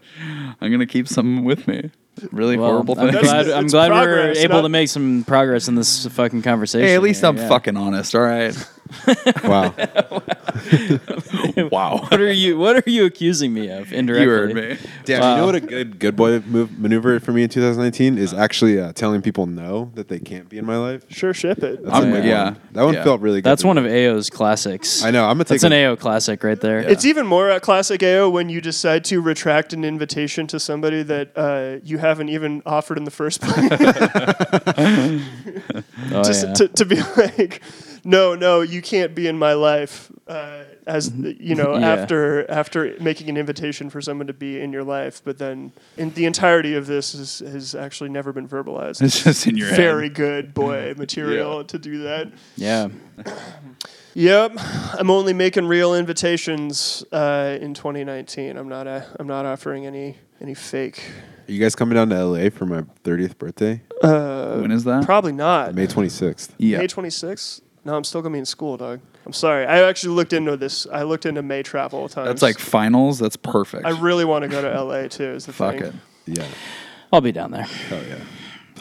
I'm gonna keep some with me. Really Well, horrible I'm things. glad, That's- I'm it's glad progress, we're able not- to make some progress in this fucking conversation. Hey, at least here, I'm yeah. fucking honest. All right. wow. [laughs] wow. [laughs] What are you? What are you accusing me of indirectly? You heard me. Damn, you know what a good good boy move, maneuver for me in 2019 is actually uh, telling people no that they can't be in my life. Sure, ship it. That's a I'm- good yeah. one. that one Yeah. felt really good. That's one of Ao's classics. I know. I'm gonna take That's an a- AO classic right there. It's even more uh, classic AO when you decide to retract an invitation to somebody that uh, you haven't even offered in the first [laughs] place. Oh, Just yeah. to, to be [laughs] like, no, no, you can't be in my life. Uh, as you know, Mm-hmm. Yeah. after after making an invitation for someone to be in your life, but then in the entirety of this is, has actually never been verbalized. It's just in your head. Very good Mm-hmm. boy material to do that. yeah. Yep, I'm only making real invitations uh, in 2019. I'm not i I'm not offering any any fake. Are you guys coming down to LA for my 30th birthday? When is that? Probably not. May 26th. yeah. May 26th. No, I'm still gonna be in school, dog. I'm sorry. I actually looked into this. I looked into May travel times. That's like finals. That's perfect. I really want to go to LA too. Is the Fuck thing. it. Yeah. I'll be down there. Oh yeah.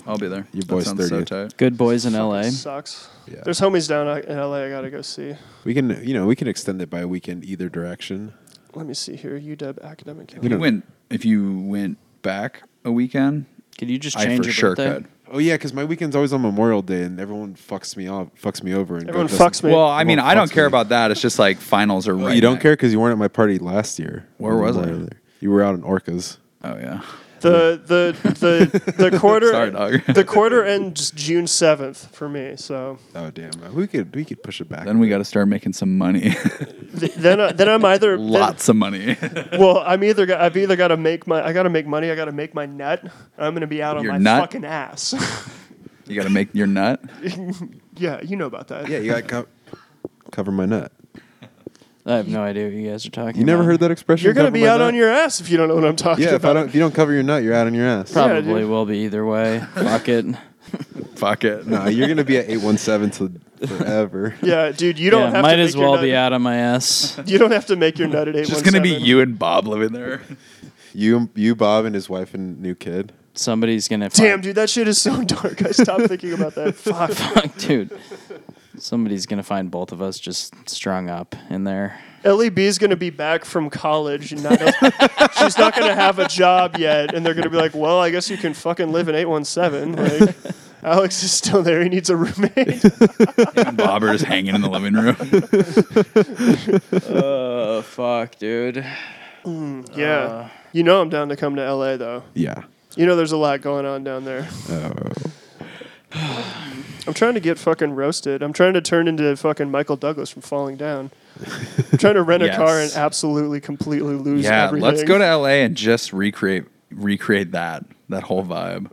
I'll be there. Your That boy's sounds 30th. So tight. Good boys in LA. Sucks. Yeah. There's homies down in LA. I gotta go see. We can you know we can extend it by a weekend either direction. Let me see here. UW academic. If Calendar. you don't- went, if you went back a weekend, Could you just I change for your sure birthday? could. Oh yeah, because my weekend's always on Memorial Day and everyone fucks me off, fucks me over. And Everyone goes, fucks me. Well, I mean, Well, I don't fuck care me. about that. It's just like finals are "Oh, right. you don't next- care because you weren't at my party last year. Where was I? Memorial Day. You were out in Orcas. Oh yeah. the the [laughs] the the quarter. Sorry, dog. the quarter ends June 7th for me. So Oh damn, we could we could push it back. Then we got to start making some money, [laughs] th- then I, then I'm either then- lots of money. [laughs] well, I'm either got, I've either got to make my I got to make money. I got to make my nut. I'm gonna be out on Your my nut? fucking ass. [laughs] you got to make your nut. yeah, you know about that. yeah, you got to cover my nut. I have no idea what you guys are talking. You never about. heard that expression? You're gonna cover be my out nut? on your ass if you don't know what I'm talking Yeah, if I about. don't, if you don't cover your nut, you're out on your ass. Yeah, Probably dude. will be either [laughs] way. Fuck it. Fuck it. Nah, you're gonna be at eight one seven till [laughs] forever. [laughs] yeah, dude, you don't yeah, have might to as make your well nut- be out of [laughs] my ass. You don't have to make your [laughs] nut at eight. It's just gonna be you and Bob living there. You, you, Bob, and his wife and new kid. somebody's gonna Damn, find, dude, that shit is so [laughs] dark. I stopped thinking about [laughs] that. Fuck. [laughs] fuck, dude. Somebody's gonna find both of us just strung up in there. Ellie B's E gonna be back from college and not [laughs] she's not gonna have a job yet, and they're gonna be like, "Well, I guess you can fucking live in eight one [laughs] seven. Like, Alex is still there. He needs a roommate. [laughs] And Bobber is hanging in the living room. Oh fuck, dude. yeah, Uh. you know I'm down to come to L.A. though. Yeah. You know there's a lot going on down there. Oh. I'm trying to get fucking roasted. I'm trying to turn into fucking Michael Douglas from Falling Down. I'm trying to rent a car and Yes. absolutely completely lose. yeah, everything. let's go to LA and just recreate recreate that that whole vibe.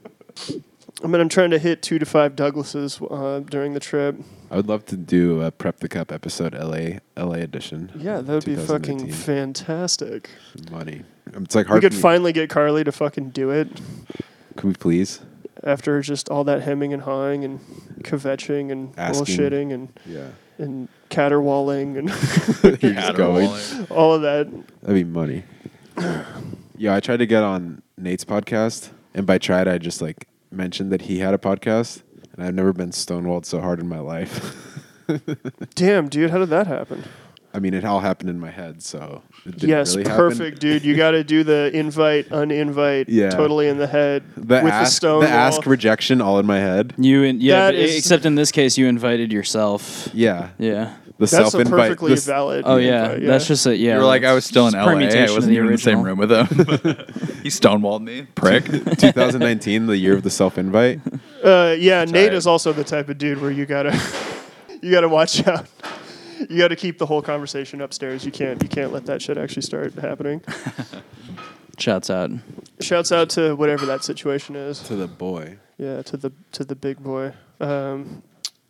I mean, I'm trying to hit two to five Douglases uh, during the trip. I would love to do a Prep the Cup episode LA LA edition. Yeah, that would be fucking 2018. fantastic. money. Um, It's like We hard could for me- finally get Carly to fucking do it Can we please? after just all that hemming and hawing and kvetching and Asking. bullshitting and, Yeah. and caterwauling and [laughs] [laughs] You're just going. all of that. That'd be money. yeah, I tried to get on Nate's podcast, and by tried, I just like mentioned that he had a podcast, and I've never been stonewalled so hard in my life. [laughs] Damn, dude, how did that happen? I mean, it all happened in my head, so it didn't yes, really happen. perfect, dude. You got to do the invite, uninvite, Yeah. totally in the head The with ask, the stone. the wall. ask rejection, all in my head. You and yeah, That but is- except in this case, you invited yourself. Yeah, Yeah. the That's self a invite. perfectly [laughs] valid. [laughs] Oh yeah, invite, that's just a yeah. you were like, I was still in just LA. I permutation of wasn't even in the same original. room with him. [laughs] he stonewalled me, prick. 2019, the year of the self invite. Uh, yeah, Nate right. is also the type of dude where you gotta [laughs] you gotta watch out. You gotta keep the whole conversation upstairs. You can't you can't let that shit actually start happening. Shouts out. Shouts out to whatever that situation is. to the boy. Yeah, to the to the big boy. Um,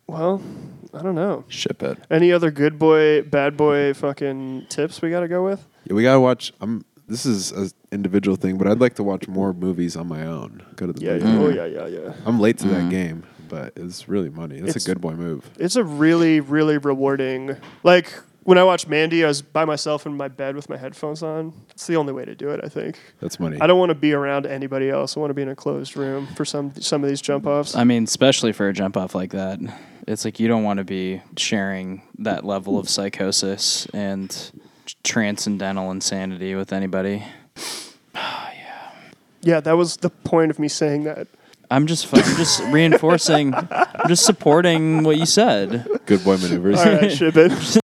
well, I don't know. Ship it. Any other good boy, bad boy, fucking tips we gotta go with? Yeah, we gotta watch. Um, this is an individual thing, but I'd like to watch more movies on my own. Go to the Yeah, movie. yeah. oh yeah, yeah, yeah. I'm late to that game, but it's really money. That's It's- a good boy move. It's a really, really rewarding. Like when I watched Mandy, I was by myself in my bed with my headphones on. It's the only way to do it, I think. That's money. I don't want to be around anybody else. I want to be in a closed room for some some of these jump offs. I mean, especially for a jump off like that, it's like you don't want to be sharing that level of psychosis and transcendental insanity with anybody. Yeah, that was the point of me saying that. I'm just, fu- I'm just reinforcing, I'm just supporting what you said. Good boy maneuvers. All right, ship it.